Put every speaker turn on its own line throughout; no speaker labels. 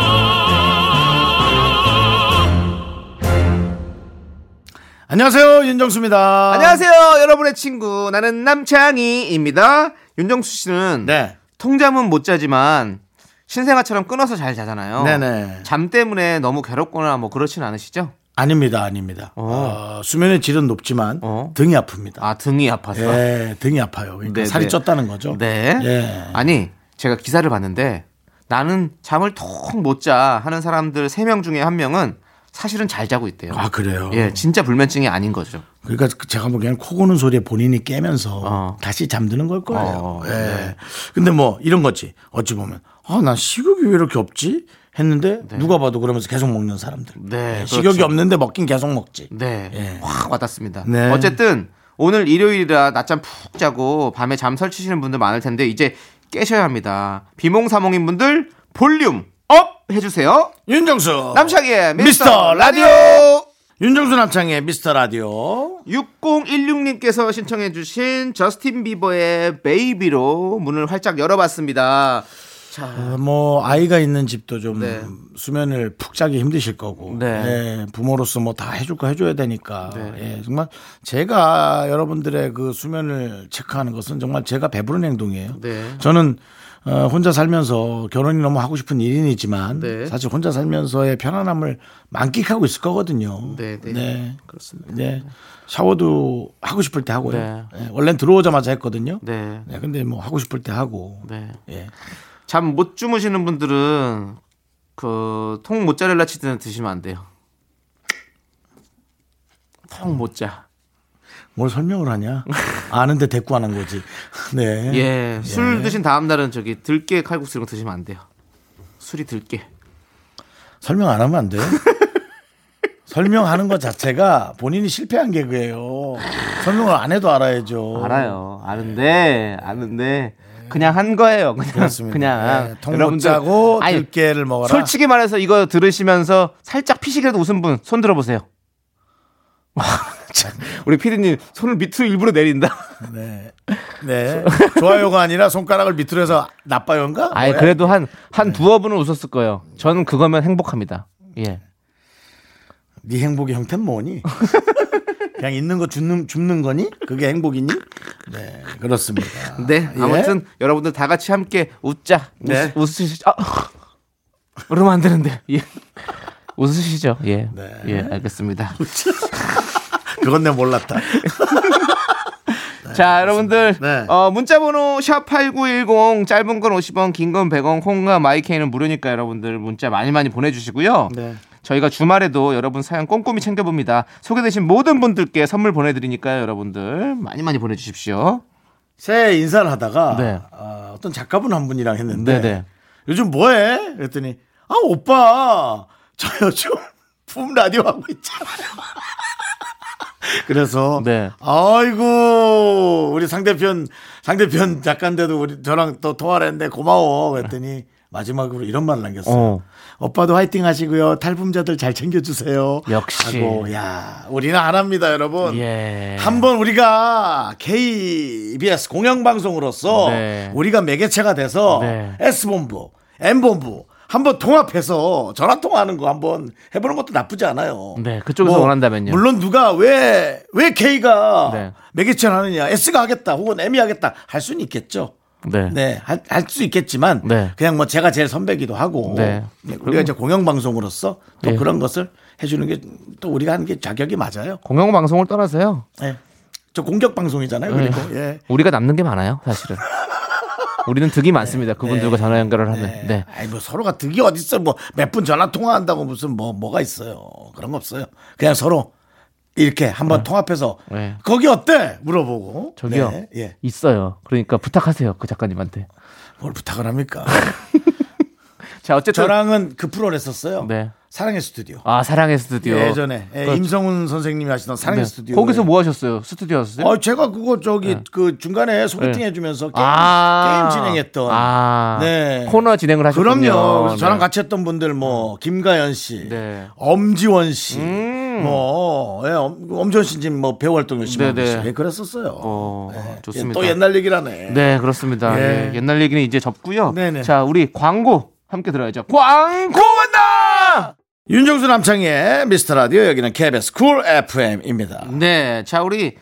안녕하세요 윤정수입니다.
안녕하세요, 여러분의 친구 나는 남창희입니다. 윤정수 씨는
네.
통잠은 못 자지만 신생아처럼 끊어서 잘 자잖아요.
네네.
잠 때문에 너무 괴롭거나 뭐 그렇진 않으시죠?
아닙니다, 아닙니다. 어, 수면의 질은 높지만
어.
등이 아픕니다.
아 등이 아파서.
예, 등이 아파요. 그러니까
네,
살이
네.
쪘다는 거죠.
네.
예.
아니 제가 기사를 봤는데 나는 잠을 통 못 자 하는 사람들 3명 중에 한 명은 사실은 잘 자고 있대요.
아 그래요.
예, 진짜 불면증이 아닌 거죠.
그러니까 제가 보기엔 코 고는 소리에 본인이 깨면서
어.
다시 잠드는 걸 거예요.
어,
예. 근데 뭐 이런 거지. 어찌 보면 아 난 식욕이 왜 이렇게 없지? 했는데 누가 봐도 그러면서 계속 먹는 사람들.
네,
예, 식욕이
그렇죠.
없는데 먹긴 계속 먹지.
네.
예.
확 와닿습니다.
네.
어쨌든 오늘 일요일이라 낮잠 푹 자고 밤에 잠 설치시는 분들 많을 텐데 이제 깨셔야 합니다. 비몽사몽인 분들 볼륨 업 해주세요.
윤정수
남창희의
어. 미스터
미스터
라디오.
라디오.
윤정수 남창의 미스터 라디오.
6016님께서 신청해주신 저스틴 비버의 베이비로 문을 활짝 열어봤습니다.
어, 뭐 아이가 있는 집도 좀
네.
수면을 푹 자기 힘드실 거고
네.
예, 부모로서 뭐 다 해줄 거 해줘야 되니까 예, 정말 제가 여러분들의 그 수면을 체크하는 것은 정말 제가 배부른 행동이에요.
네.
저는 어, 혼자 살면서 결혼이 너무 하고 싶은 일인이지만
네.
사실 혼자 살면서의 편안함을 만끽하고 있을 거거든요.
네, 네.
그렇습니다. 샤워도 하고 싶을 때 하고요.
네.
예, 원래는 들어오자마자 했거든요.
네.
네, 근데 뭐 하고 싶을 때 하고
네.
예.
잠 못 주무시는 분들은 그 통 모짜렐라 치즈는 드시면 안 돼요. 통 못 자.
뭘 설명을 하냐? 아는데 대꾸 안 한 거지. 네.
예, 술 드신 다음 날은 저기 들깨 칼국수 이런 거 드시면 안 돼요. 술이 들깨.
설명 안 하면 안 돼요? 설명하는 것 자체가 본인이 실패한 개그예요. 설명을 안 해도 알아야죠.
어. 알아요. 아는데 아는데 그냥 한 거예요. 그냥
그렇습니다.
그냥
예, 통못 자고 들깨를 먹어라.
솔직히 말해서 이거 들으시면서 살짝 피식이라도 웃은 분 손 들어 보세요. 우리 피디님 손을 밑으로 일부러 내린다.
네. 네. 좋아요가 아니라 손가락을 밑으로 해서 나빠요인가?
아니
뭐야?
그래도 한 한 두어 분은 웃었을 거예요. 저는 그거면 행복합니다. 예.
네 행복의 형태는 뭐니? 그냥 있는 거 줍는, 줍는 거니? 그게 행복이니? 네. 그렇습니다.
네,
예.
아무튼 여러분들 다 같이 함께 웃자.
네.
웃, 웃으시죠. 아, 그러면 안 되는데. 예. 웃으시죠. 예.
네.
예, 알겠습니다.
그건 내가 몰랐다.
자, 여러분들
네.
어, 문자 번호 샵8910 짧은 건 50원, 긴 건 100원, 콩과 마이케이는 무료니까 여러분들 문자 많이 많이 보내 주시고요.
네.
저희가 주말에도 여러분 사연 꼼꼼히 챙겨봅니다. 소개되신 모든 분들께 선물 보내드리니까요, 여러분들. 많이 많이 보내주십시오.
새해 인사를 하다가
네.
어, 떤 작가분 한 분이랑 했는데
네네.
요즘 뭐해? 그랬더니 아 오빠 저 요즘 붐 라디오 하고 있잖아요. 그래서
네.
아이고 우리 상대편 상대편 작가인데도 우리 저랑 또 통화를 했는데 고마워 그랬더니 마지막으로 이런 말을 남겼어요.
어.
오빠도 화이팅 하시고요. 탈북자들 잘 챙겨주세요.
역시.
하고, 야, 우리는 안 합니다, 여러분.
예.
한번 우리가 KBS 공영방송으로서
네.
우리가 매개체가 돼서
네.
S본부, M본부 한번 통합해서 전화 통화하는 거 한번 해보는 것도 나쁘지 않아요. 뭐
네, 그쪽에서 원한다면요.
물론 누가 왜, 왜 K가
네.
매개체를 하느냐, S가 하겠다 혹은 M이 하겠다 할 수는 있겠죠.
네.
네, 할 수 있겠지만
네.
그냥 뭐 제가 제일 선배기도 하고
네.
네, 우리가 이제 공영방송으로서 또
예.
그런 것을 해주는 게 또 우리가 하는 게 자격이 맞아요.
공영방송을 떠나서요.
예. 저 공격 방송이잖아요.
네.
그리고 예.
우리가 남는 게 많아요, 사실은. 우리는 득이 많습니다. 그분들과 전화 연결을 하면.
네.
네.
아이 뭐 서로가 득이 어디 있어? 뭐 몇 분 전화 통화한다고 무슨 뭐 뭐가 있어요? 그런 거 없어요. 그냥 서로 이렇게 한번 통합해서
네.
거기 어때? 물어보고.
저기요.
네. 예.
있어요. 그러니까 부탁하세요, 그 작가님한테.
뭘 부탁을 합니까?
자, 어쨌든
저랑은 그 프로를 했었어요.
네.
사랑의 스튜디오.
아 사랑의 스튜디오.
예전에 예,
그렇죠.
임성훈 선생님이 하시던 사랑의
네.
스튜디오.
거기서 뭐 하셨어요? 스튜디오 하셨어요?
어, 제가 그거 저기 그 중간에 소개팅
네.
해주면서 게임,
아.
게임 진행했던.
아.
네.
코너 진행을 하셨군요.
그럼요. 그래서 저랑
네. 음.
같이 했던 분들 뭐 김가연 씨,
네.
엄지원 씨,
음.
뭐 예, 엄- 엄지원 씨 지금 뭐 배우 활동 열심히 하고
네네.
있어요. 예, 그랬었어요. 예,
어, 좋습니다.
네. 또 옛날 얘기라네.
네, 그렇습니다.
예.
예, 옛날 얘기는 이제 접고요.
네네.
자, 우리 광고 함께 들어야죠. 광고 한다.
윤정수 남창의 미스터 라디오 여기는 KBS 쿨 FM입니다.
네, 자 우리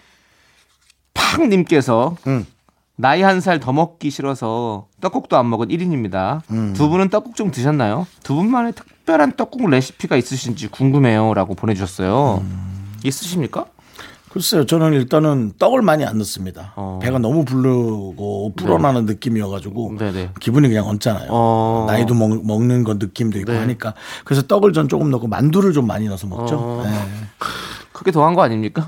팍님께서
음.
나이 한 살 더 먹기 싫어서 떡국도 안 먹은 1인입니다.
음.
두 분은 떡국 좀 드셨나요? 두 분만의 특별한 떡국 레시피가 있으신지 궁금해요라고 보내주셨어요.
음.
있으십니까?
글쎄요, 저는 일단은 떡을 많이 안 넣습니다.
어. 음.
배가 너무 부르고 불어나는 느낌이어가지고
네네.
기분이 그냥 얹잖아요.
어. 네.
나이도 먹, 는건 느낌도 있고 하니까 그래서 떡을 전 조금 넣고 만두를 좀 많이 넣어서 먹죠.
어.
예.
크게 더한 거 아닙니까?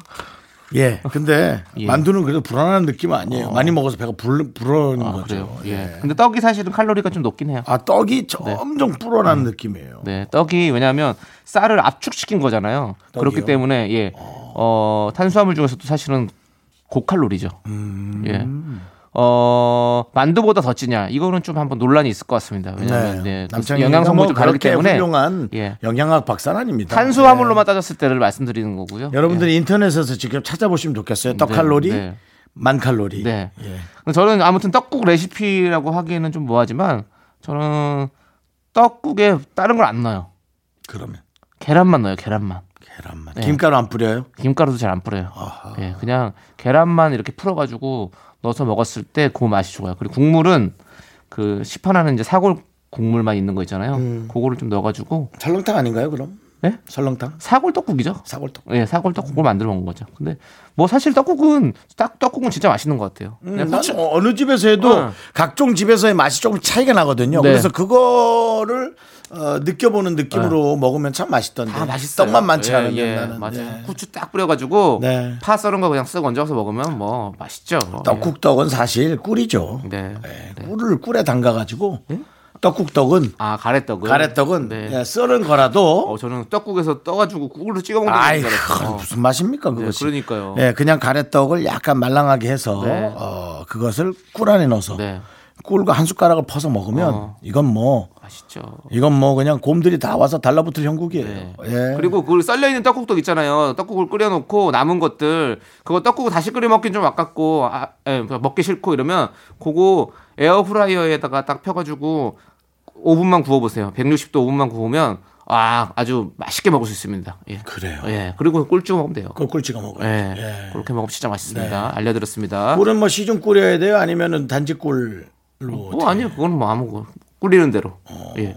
예. 근데
예.
만두는 그래도 불안한 느낌은 아니에요. 많이 먹어서 배가 불, 불어는
아,
거죠.
그래요. 예.
예.
근데 떡이 사실은 칼로리가 좀 높긴 해요.
아 떡이 점점 불어나는 느낌이에요.
네, 떡이 왜냐하면 쌀을 압축시킨 거잖아요. 그렇기 때문에 예, 어, 탄수화물 중에서도 사실은 고칼로리죠.
음.
예, 어, 만두보다 더 찌냐? 이거는 좀 한번 논란이 있을 것 같습니다. 왜냐하면 네.
남창희가
영양 성분
뭐
좀 다르기
그렇게
때문에
훌륭한
예,
영양학 박사는 아닙니다.
탄수화물로만 따졌을 때를 말씀드리는 거고요.
예. 여러분들이 인터넷에서 직접 찾아보시면 좋겠어요. 떡
네,
칼로리,
네.
만 칼로리.
예. 네.
예.
근데 저는 아무튼 떡국 레시피라고 하기에는 좀 뭐하지만 저는 떡국에 다른 걸 안 넣어요.
그러면
계란만 넣어요. 계란만.
계란만.
네.
김가루 안 뿌려요?
김가루도 잘 안 뿌려요.
아하.
예, 그냥 계란만 이렇게 풀어가지고 넣어서 먹었을 때 그 맛이 좋아요. 그리고 국물은 그 시판하는 이제 사골 국물만 있는 거 있잖아요.
음.
그거를 좀 넣어가지고
설렁탕 아닌가요, 그럼?
네?
설렁탕?
사골 떡국이죠.
예? 사골떡.
예, 사골 떡국을 만들어 먹은 거죠. 근데 뭐 사실 떡국은 딱 떡국은 진짜 맛있는 것 같아요. 그냥
난
후추-
뭐 어느 집에서 해도
음, 어.
각종 집에서의 맛이 조금 차이가 나거든요.
네.
그래서 그거를 어, 느껴보는 느낌으로 먹으면 참 아, 맛있던데.
다 네. 맛있어요.
떡만 많지
예,
않은 게
예,
나는.
맞아요.
예.
후추 딱 뿌려가지고
네.
파 썰은 거 그냥 쓱 얹어서 먹으면 뭐 맛있죠.
떡국떡은 사실 꿀이죠.
예. 네.
예, 꿀을 꿀에 담가가지고 떡국떡은
아 가래떡은
가래떡은
네.
예, 썰은 거라도
어 저는 떡국에서 떠가지고 국물로 찍어 먹는
아이
줄
그
알았어요. 네,
무슨 맛입니까 그것이?
그러니까요.
예, 그냥 가래떡을 약간 말랑하게 해서
네.
어, 그것을 꿀 안에 넣어서
네.
꿀과 한 숟가락을 퍼서 먹으면
어.
이건 뭐
맛있죠.
이건 뭐 그냥 곰들이 다 와서 달라붙을 형국이에요.
네.
예.
그리고 그 썰려 있는 떡국떡 있잖아요. 떡국을 끓여놓고 남은 것들 그거 떡국 다시 끓여 먹긴 좀 아깝고 아, 예, 먹기 싫고 이러면 그거 에어프라이어에다가 딱 펴가지고 5분만 구워보세요. 160도 5분만 구우면 아 아주 맛있게 먹을 수 있습니다. 예.
그래요.
예. 그리고 꿀 찍어 먹으면 돼요.
그걸 꿀 찍어 먹어요.
예.
예. 네.
그렇게 먹으면 진짜 맛있습니다. 알려드렸습니다.
꿀은 뭐 시중 꿀이어야 돼요? 아니면은 단지 꿀로?
뭐 아니요 그건 뭐 아무거 끓이는 대로.
어.
예.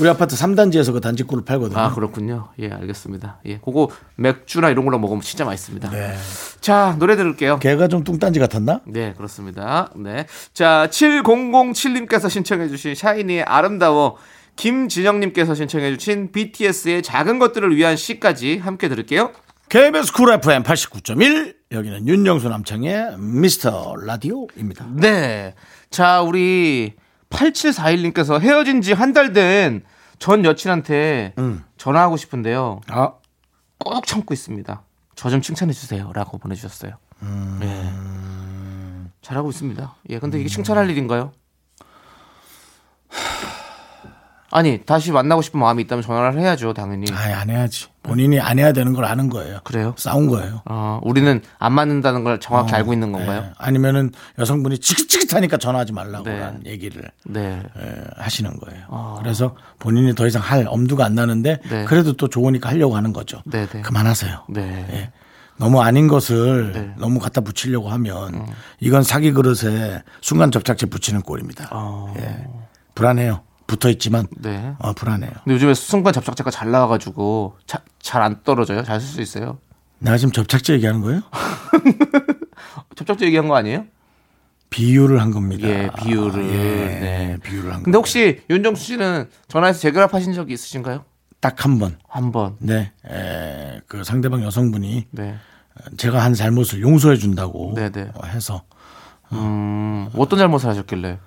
우리 아파트 3단지에서 그 단지 꿀을 팔거든요.
아 그렇군요. 예 알겠습니다. 예 그거 맥주나 이런 걸로 먹으면 진짜 맛있습니다. 자 노래 들을게요.
걔가 좀 뚱딴지 같았나?
네, 그렇습니다. 네. 자, 7007님께서 신청해주신 샤이니의 아름다워. 김진영님께서 신청해주신 BTS의 작은 것들을 위한 시까지 함께 들을게요.
KBS 쿨 FM 89.1 여기는 윤정수 남창의 미스터 라디오입니다.
네. 자, 우리 8741님께서 헤어진 지 한 달 된 전 여친한테 전화하고 싶은데요.
아,
꼭 참고 있습니다. 저 좀 칭찬해주세요. 라고 보내주셨어요. 예. 잘하고 있습니다. 예, 근데 이게 칭찬할 일인가요? 아니, 다시 만나고 싶은 마음이 있다면 전화를 해야죠, 당연히.
아이, 안 해야지. 본인이 안 해야 되는 걸 아는 거예요.
그래요?
싸운 거예요.
어, 우리는 안 맞는다는 걸 정확히 알고 있는
예.
건가요?
아니면은 여성분이 지긋지긋하니까 전화하지 말라고
네.
라는 얘기를
네.
예, 하시는 거예요. 그래서 본인이 더 이상 할 엄두가 안 나는데
아. 네.
그래도 또 좋으니까 하려고 하는 거죠.
네, 네.
그만하세요.
네.
예. 너무 아닌 것을 너무 갖다 붙이려고 하면
어.
이건 사기 그릇에 순간 접착제 붙이는 꼴입니다.
어.
예. 불안해요. 붙어 있지만
네.
어, 불안해요.
근데 요즘에 순간 접착제가 잘 나와가지고 잘 안 떨어져요? 잘 쓸 수 있어요?
내가 지금 접착제 얘기하는 거예요?
접착제 얘기한 거 아니에요?
비유를 한 겁니다.
예, 비유를.
예,
네.
비유를 한
근데
겁니다.
혹시 윤정수 씨는 전화해서 재결합하신 적이 있으신가요?
딱 한 번.
한 번.
네. 에, 그 상대방 여성분이
네.
제가 한 잘못을 용서해 준다고
네네.
해서
음, 어떤 잘못을 하셨길래?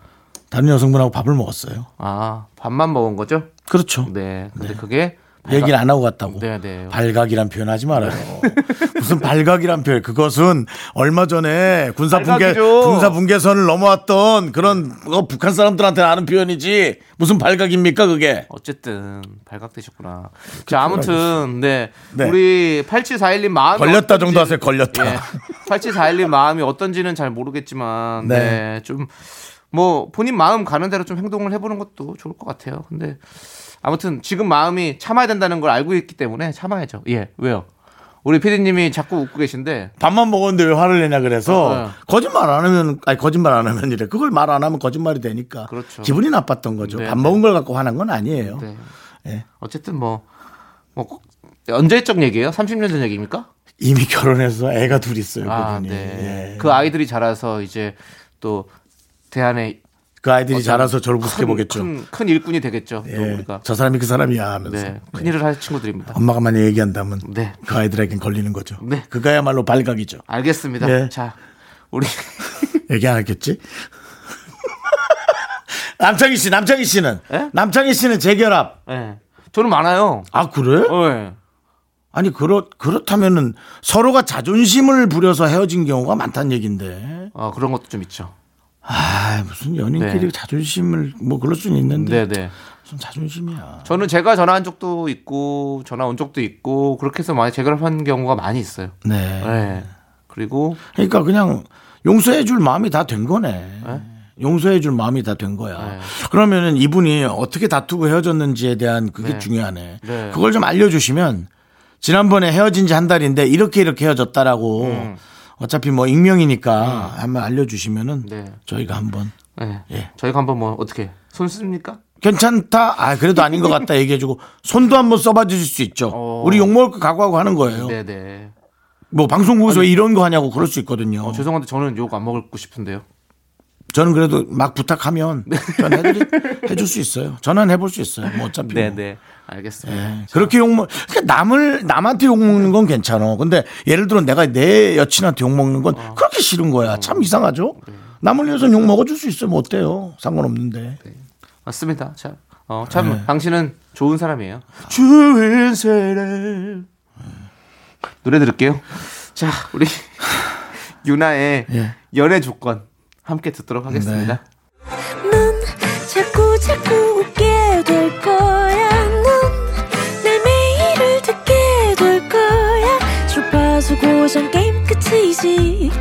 다른 여성분하고 밥을 먹었어요.
아, 밥만 먹은 거죠?
그렇죠.
네. 근데 그게
얘기를 안 하고 갔다고.
네, 네.
발각이란 표현하지 말아요. 무슨 발각이란 표현? 그것은 얼마 전에 군사 붕괴
발각이죠.
군사 붕괴선을 넘어왔던 그런 어, 북한 사람들한테 아는 표현이지. 무슨 발각입니까 그게?
어쨌든 발각되셨구나. 자, 아무튼 네.
그 네.
우리 8741님 마음이
걸렸다
어떤지- 네.
정도 하세요, 걸렸다.
8741님 마음이 어떤지는 잘 모르겠지만
네.
네. 좀 뭐 본인 마음 가는 대로 좀 행동을 해 보는 것도 좋을 것 같아요. 근데 아무튼 지금 마음이 참아야 된다는 걸 알고 있기 때문에 참아야죠. 예. 왜요? 우리 피디님이 자꾸 웃고 계신데
밥만 먹었는데 왜 화를 내냐 그래서
어, 네.
거짓말 안 하면 아니 거짓말 안 하면 이래 그걸 말 안 하면 거짓말이 되니까
그렇죠.
기분이 나빴던 거죠.
네,
밥
네.
먹은 걸 갖고 화난 건 아니에요.
네.
예.
어쨌든 뭐, 뭐 꼭- 언제적 얘기예요? 30년 전 얘기입니까?
이미 결혼해서 애가 둘 있어요.
아,
그분이.
네.
예.
그 아이들이 자라서 이제 또 대안의
그 아이들이 자라서 저를
어, 큰,
부스게 보겠죠.
큰, 큰 일꾼이 되겠죠. 또
예,
우리가
저 사람이 그 사람이야 하면서
네, 큰 일을 할 친구들입니다.
엄마가 많이 얘기한다면
네.
그 아이들에겐 걸리는 거죠.
네.
그거야말로 발각이죠.
알겠습니다.
네.
자, 우리
얘기 안 했겠지? 남창희 씨, 남창희 씨는
예?
남창희 씨는 재결합.
네. 저는 많아요.
아 그래?
어, 예.
아니 그렇 그렇다면은 서로가 자존심을 부려서 헤어진 경우가 많다는 얘긴데.
어, 그런 것도 좀 있죠.
아 무슨 연인끼리
네.
자존심을 뭐 그럴 수는 있는데
네, 네.
무슨 자존심이야.
저는 제가 전화한 적도 있고 전화 온 적도 있고 그렇게 해서 많이 재결합한 경우가 많이 있어요.
네.
네. 그리고
그러니까 그냥 용서해 줄 마음이 다 된 거네. 용서해 줄 마음이 다 된 거야.
네.
그러면은 이분이 어떻게 다투고 헤어졌는지에 대한 그게 중요하네.
네.
그걸 좀 알려주시면 지난번에 헤어진 지 한 달인데 이렇게 이렇게 헤어졌다라고
음.
어차피 뭐 익명이니까 한번 알려주시면은
네.
저희가 한번
네.
예.
저희가 한번 뭐 어떻게 손 씁니까?
괜찮다. 아 그래도 아닌 것 같다 얘기해주고 손도 한번 써봐 주실 수 있죠.
어.
우리 욕먹을 거 각오하고 하는 거예요.
네, 네.
뭐 방송국에서 왜 이런 거 하냐고 그럴 수 있거든요.
어, 죄송한데 저는 욕 안 먹고 싶은데요.
저는 그래도 막 부탁하면 전 해드리, 해줄 수 있어요. 전화는 해볼 수 있어요. 뭐 어차피. 뭐.
네네 음. 알겠습니다.
네. 그렇게 욕먹, 그러니까 남을, 남한테 욕먹는 건 괜찮아. 근데 예를 들어 내가 내 여친한테 욕먹는 건 그렇게 싫은 거야. 참 이상하죠? 남을 위해서는 욕먹어줄 수 있으면 어때요? 상관없는데.
맞습니다. 참, 어, 참 당신은 좋은 사람이에요. 좋은 사람. 노래 들을게요. 자 우리 유나의
예.
연애 조건 함께 듣도록 하겠습니다.
넌 자꾸 자꾸 웃게 될 거야. 넌내 매일을 듣게 될 거야. 주파수 고정 게임 끝이지.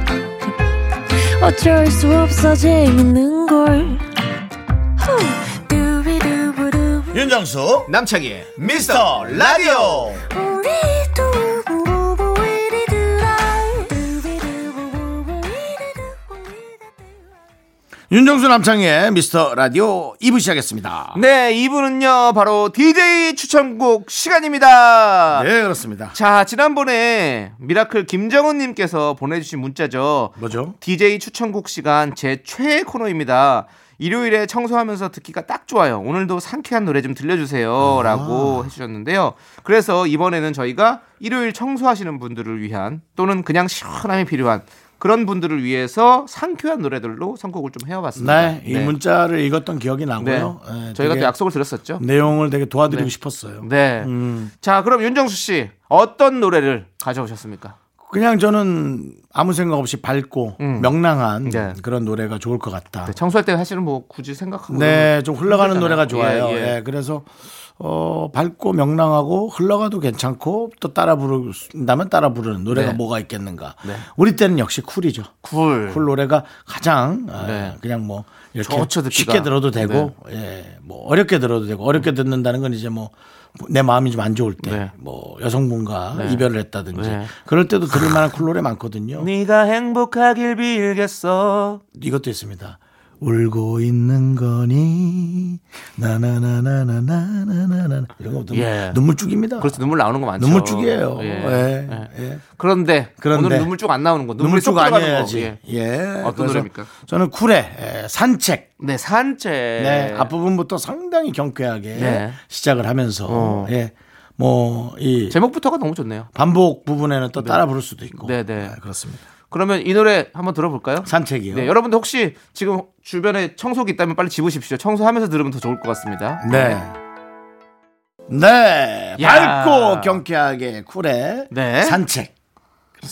어쩔 수 없어 재밌는 걸. 후. 두비두부두.
윤정수, 남창희, 미스터 라디오.
우리 두부부부 우리 두라. 두비두부부부 우리 두부 우리 두라.
윤정수, 남창희의 미스터 라디오 2부 시작했습니다.
네 이분은요 바로 DJ 추천곡 시간입니다.
네, 그렇습니다.
자 지난번에 미라클 김정은님께서 보내주신 문자죠.
뭐죠?
DJ 추천곡 시간 제 최애 코너입니다. 일요일에 청소하면서 듣기가 딱 좋아요. 오늘도 상쾌한 노래 좀 들려주세요.
아.
라고 해주셨는데요. 그래서 이번에는 저희가 일요일 청소하시는 분들을 위한 또는 그냥 시원함이 필요한 그런 분들을 위해서 상쾌한 노래들로 선곡을 좀 해와봤습니다.
네, 이 문자를 읽었던 기억이 나고요.
네.
예,
저희가
되게 음.
또 약속을 드렸었죠.
내용을 되게 도와드리고 싶었어요.
네. 자, 그럼 윤정수 씨 어떤 노래를 가져오셨습니까?
그냥 저는 아무 생각 없이 밝고 명랑한
네.
그런 노래가 좋을 것 같다.
네, 청소할 때 사실은 뭐 굳이 생각하고
네, 좀 흘러가는 노래가 좋아요.
예, 예.
예, 그래서 어, 밝고 명랑하고 흘러가도 괜찮고 또 따라 부른다면 따라 부르는 노래가
네.
뭐가 있겠는가.
네.
우리 때는 역시 쿨이죠.
쿨.
쿨 노래가 가장 어,
네.
그냥 뭐 이렇게
저어쳐 듣기가. 네.
쉽게 들어도 되고 예, 뭐 어렵게 들어도 되고 어렵게 듣는다는 건 이제 뭐 내 마음이 좀 안 좋을
네.
때 뭐 여성분과
네.
이별을 했다든지
네.
그럴 때도 들을 만한 쿨 노래 많거든요.
네가 행복하길 빌겠어.
이것도 있습니다. 울고 있는 거니 나나나나나나나나 이런 거부
예.
눈물 쭉입니다.
그렇죠. 눈물 나오는 거 많죠.
눈물 쭉이에요.
예.
예.
예.
예.
그런데,
그런데.
오늘은 눈물 쭉 안 나오는 거.
눈물
눈물 쭉
쭉
들어가는
아니어야지.
거. 예.
예.
어떤
그래서
노래입니까?
저는 쿨의 에, 산책.
네, 산책.
네. 앞부분부터 상당히 경쾌하게
예. 네.
시작을 하면서
어.
예. 뭐이
제목부터가 너무 좋네요.
반복 부분에는 또 따라 부를 수도 있고.
네, 네.
예, 그렇습니다.
그러면 이 노래 한번 들어볼까요?
산책이요.
네, 여러분들 혹시 지금 주변에 청소기 있다면 빨리 집으십시오. 청소하면서 들으면 더 좋을 것 같습니다.
네. 네.
네. 야.
밝고 경쾌하게 쿨에
네.
산책.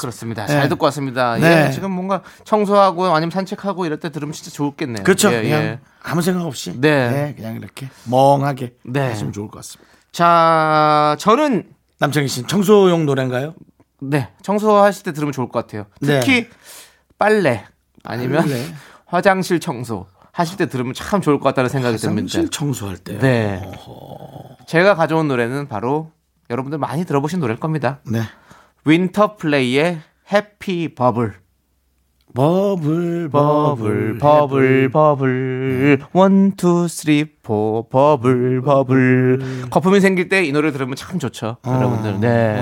그렇습니다.
네.
잘 듣고 왔습니다.
네.
예, 지금 뭔가 청소하고 아니면 산책하고 이럴 때 들으면 진짜 좋겠네요.
그렇죠.
예, 예.
그냥 아무 생각 없이.
네.
네, 그냥 이렇게 멍하게
네.
하시면 좋을 것 같습니다.
자, 저는
남창희 씨는 청소용 노래인가요?
네 청소하실 때 들으면 좋을 것 같아요.
네.
특히 빨래 아니면
빨래.
화장실 청소 하실 때 들으면 참 좋을 것 같다는 생각이 듭니다.
화장실 청소할 때요.
네. 제가 가져온 노래는 바로 여러분들 많이 들어보신 노래일 겁니다.
네.
윈터플레이의 해피 버블.
버블
버블 버블 버블 원투 쓰리 포 버블 버블 거품이 생길 때 이 노래 들으면 참 좋죠 여러분들 네.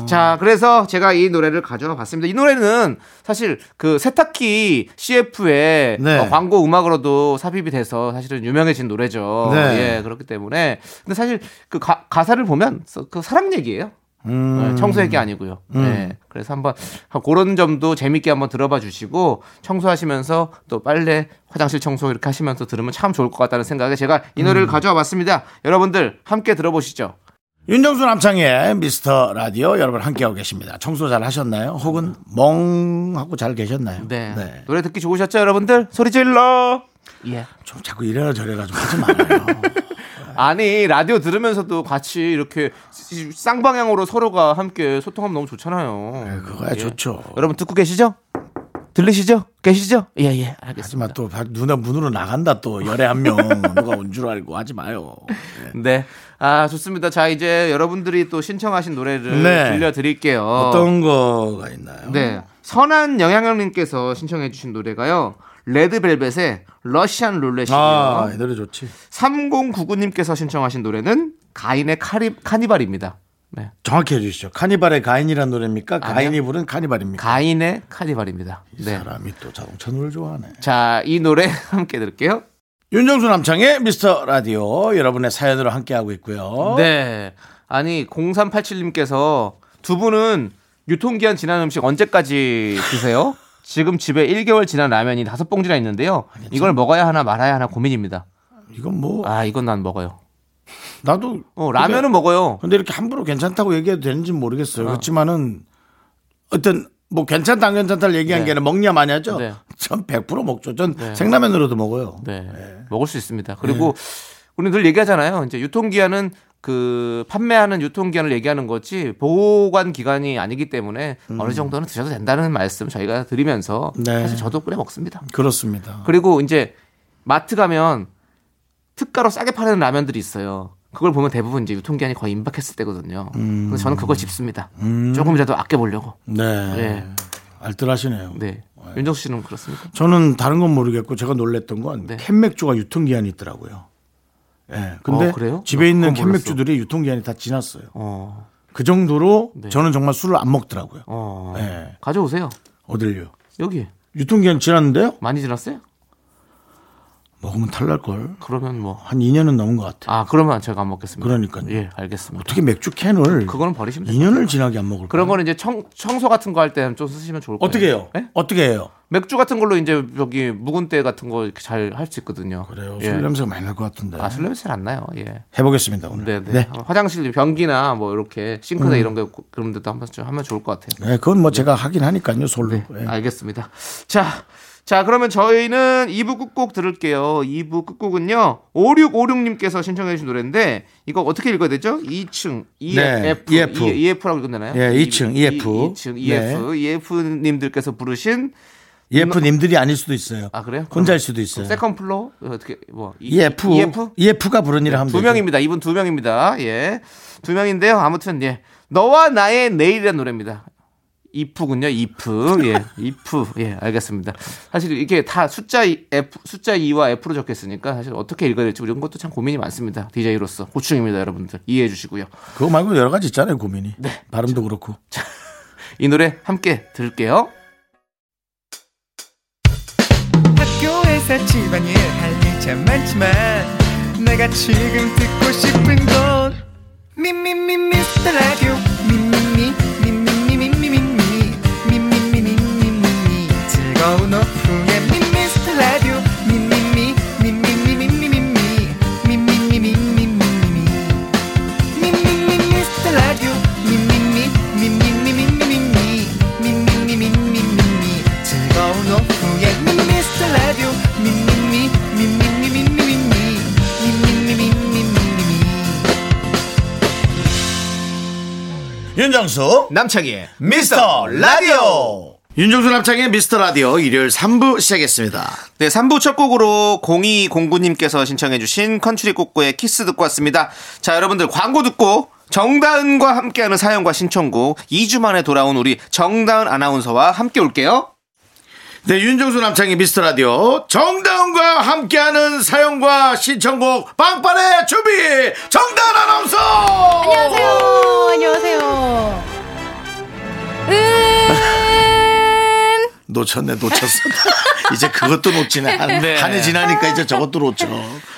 네자 그래서 제가 이 노래를 가져와 봤습니다 이 노래는 사실 그 세탁기 CF의 어,
네.
광고 음악으로도 삽입이 돼서 사실은 유명해진 노래죠
네.
예 그렇기 때문에 근데 사실 그 가, 가사를 보면 서- 그 사랑 얘기예요
음.
네, 청소할 게 아니고요. 네, 그래서 한번 그런 점도 재밌게 한번 들어봐 주시고 청소하시면서 또 빨래, 화장실 청소 이렇게 하시면서 들으면 참 좋을 것 같다는 생각에 제가 이 노래를
음.
가져와 봤습니다. 여러분들 함께 들어보시죠.
윤정수 남창희의 미스터 라디오 여러분 함께하고 계십니다. 청소 잘 하셨나요? 혹은 멍하고 잘 계셨나요?
네. 노래 듣기 좋으셨죠, 여러분들? 소리 질러. 예.
좀 자꾸 이래라 저래라 좀 하지 말아요.
네. 아니 라디오 들으면서도 같이 이렇게 쌍방향으로 서로가 함께 소통하면 너무 좋잖아요.
네, 그거야 좋죠.
여러분 듣고 계시죠? 들리시죠? 계시죠? 예예. 알겠습니다.
하지만 또 바- 누나 문으로 나간다 또 열에 한 명 누가 온 줄 알고 하지 마요. 네.
네. 아, 좋습니다. 자, 이제 여러분들이 또 신청하신 노래를
네.
들려드릴게요.
어떤 거가 있나요?
네. 선한 영향력님께서 신청해주신 노래가요. 레드벨벳의 러시안 룰렛이고요.
아, 이 노래 좋지.
3099님께서 신청하신 노래는 가인의 카리, 카니발입니다. 네.
정확히 해주시죠. 카니발의 가인이란 노래입니까? 가인이
아니요.
부른 카니발입니까?
가인의 카니발입니다. 네.
사람이 또 자동차 노래 좋아하네.
자, 이 노래 함께 들을게요.
윤정수 남창의 미스터 라디오 여러분의 사연으로 함께하고 있고요.
네. 아니, 0387님께서 두 분은 유통기한 지난 음식 언제까지 드세요? 지금 집에 1개월 지난 라면이 다섯 봉지나 있는데요. 이걸 먹어야 하나 말아야 하나 고민입니다.
이건 뭐
아, 이건 난 먹어요.
나도
어, 라면은 아. 먹어요.
근데 이렇게 함부로 괜찮다고 얘기해도 되는지 는 모르겠어요. 그렇지만은 어떤 뭐 괜찮다 안 괜찮다를 얘기한
네.
게 아니라 먹냐 마냐죠.
네.
전 100% 먹죠. 전 생라면으로도 먹어요.
네. 먹을 수 있습니다. 그리고 우리 늘 얘기하잖아요. 이제 유통기한은 그 판매하는 유통기한을 얘기하는 거지 보관 기간이 아니기 때문에 어느 정도는 드셔도 된다는 말씀 저희가 드리면서
네.
사실 저도 끓여 먹습니다.
그렇습니다.
그리고 이제 마트 가면 특가로 싸게 파는 라면들이 있어요. 그걸 보면 대부분 이제 유통기한이 거의 임박했을 때거든요. 그래서 저는 그걸 집습니다.
음.
조금이라도 아껴보려고.
네.
네.
알뜰하시네요.
네.
어, 예.
윤정수 씨는 그렇습니까?
저는 다른 건 모르겠고 제가 놀랬던 건
네.
캔맥주가 유통기한이 있더라고요. 예. 근데
어, 그래요?
집에
어,
있는
그건 몰랐어.
캔맥주들이 유통기한이 다 지났어요.
어.
그 정도로
네.
저는 정말 술을 안 먹더라고요.
어.
네.
가져오세요.
어딜요?
여기.
유통기한 지났는데요?
많이 지났어요?
먹으면 탈날 걸.
그러면 뭐.
한 2년은 넘은 것 같아요.
아, 그러면 제가 안
아,
먹겠습니다.
그러니까요.
예, 알겠습니다.
어떻게 맥주 캔을
그거는 버리시면 돼요.
2년을 지나게 안 먹을
그런
거예요?
거는 이제 청, 청소 같은 거 할 때는 좀 쓰시면 좋을 거예요.
어떻게 해요?
예?
어떻게 해요?
맥주 같은 걸로 이제 여기 묵은 때 같은 거 이렇게 잘 할 수 있거든요.
그래요.
예.
술 냄새가 많이 날 것 같은데.
아, 술냄새 잘안 나요. 예.
해보겠습니다 오늘.
네, 네. 화장실 변기나 뭐 이렇게 싱크대
음.
이런 거 그런 데도 한번 좀 하면 좋을 것 같아요.
네, 그건 뭐 제가 하긴 하니까요 솔로.
네.
예.
아, 알겠습니다. 자, 자 그러면 저희는 2부 끝곡 들을게요. 2부 끝곡은요. 5656님께서 신청해 주신 노래인데 이거 어떻게 읽어야 되죠? 2층 EF
네, EF.
EF라고 읽었나요?
예, 2층, 네. EF.
2층 EF EF님들께서 부르신
예프님들이 아닐 수도 있어요.
아 그래요?
혼자일 수도 있어요.
세컨 플로 어떻게 뭐 이-
예프
EF
예프가 부른 일을 하면
네, 두
되죠.
명입니다. 이분 두 명입니다. 예. 두 명인데요. 아무튼 예. 너와 나의 내일이라는 노래입니다. 이프군요. 이프. 예. 이프. 예. 알겠습니다. 사실 이게 다 숫자 이- F 숫자 2와 F로 적혀 있으니까 사실 어떻게 읽어야 될지 이런 것도 참 고민이 많습니다. DJ로서 고충입니다, 여러분들. 이해해 주시고요.
그거 말고 여러 가지 있잖아요 고민이.
네.
발음도 그렇고.
이 노래 함께 들을게요.
학교에서 집안일 할 일 참 많지만 내가 지금 듣고 싶은 건 미미미 미스터 라디오 미미미 미미미 미미미 미미미 미미미 즐거운 오후에 미스터 라디오 미미미 미미미 미미미 미미미 미미미 미미미
윤정수
남창희의
미스터 라디오
윤종수 남창희의 미스터 라디오 일요일 3부 시작했습니다.
네, 3부 첫 곡으로 0209님께서 신청해주신 컨츄리 꼬꼬의 키스 듣고 왔습니다. 자, 여러분들 광고 듣고 정다은과 함께하는 사연과 신청곡 2주 만에 돌아온 우리 정다은 아나운서와 함께 올게요.
네, 윤종수 남창희 미스터 라디오 정다운과 함께하는 사연과 신청곡 빵빠레 준비 정다운 아나운서
안녕하세요. 안녕하세요. 음.
놓쳤네 놓쳤어 이제 그것도 놓치네 한,
네.
한해 지나니까 이제 저것도 놓쳐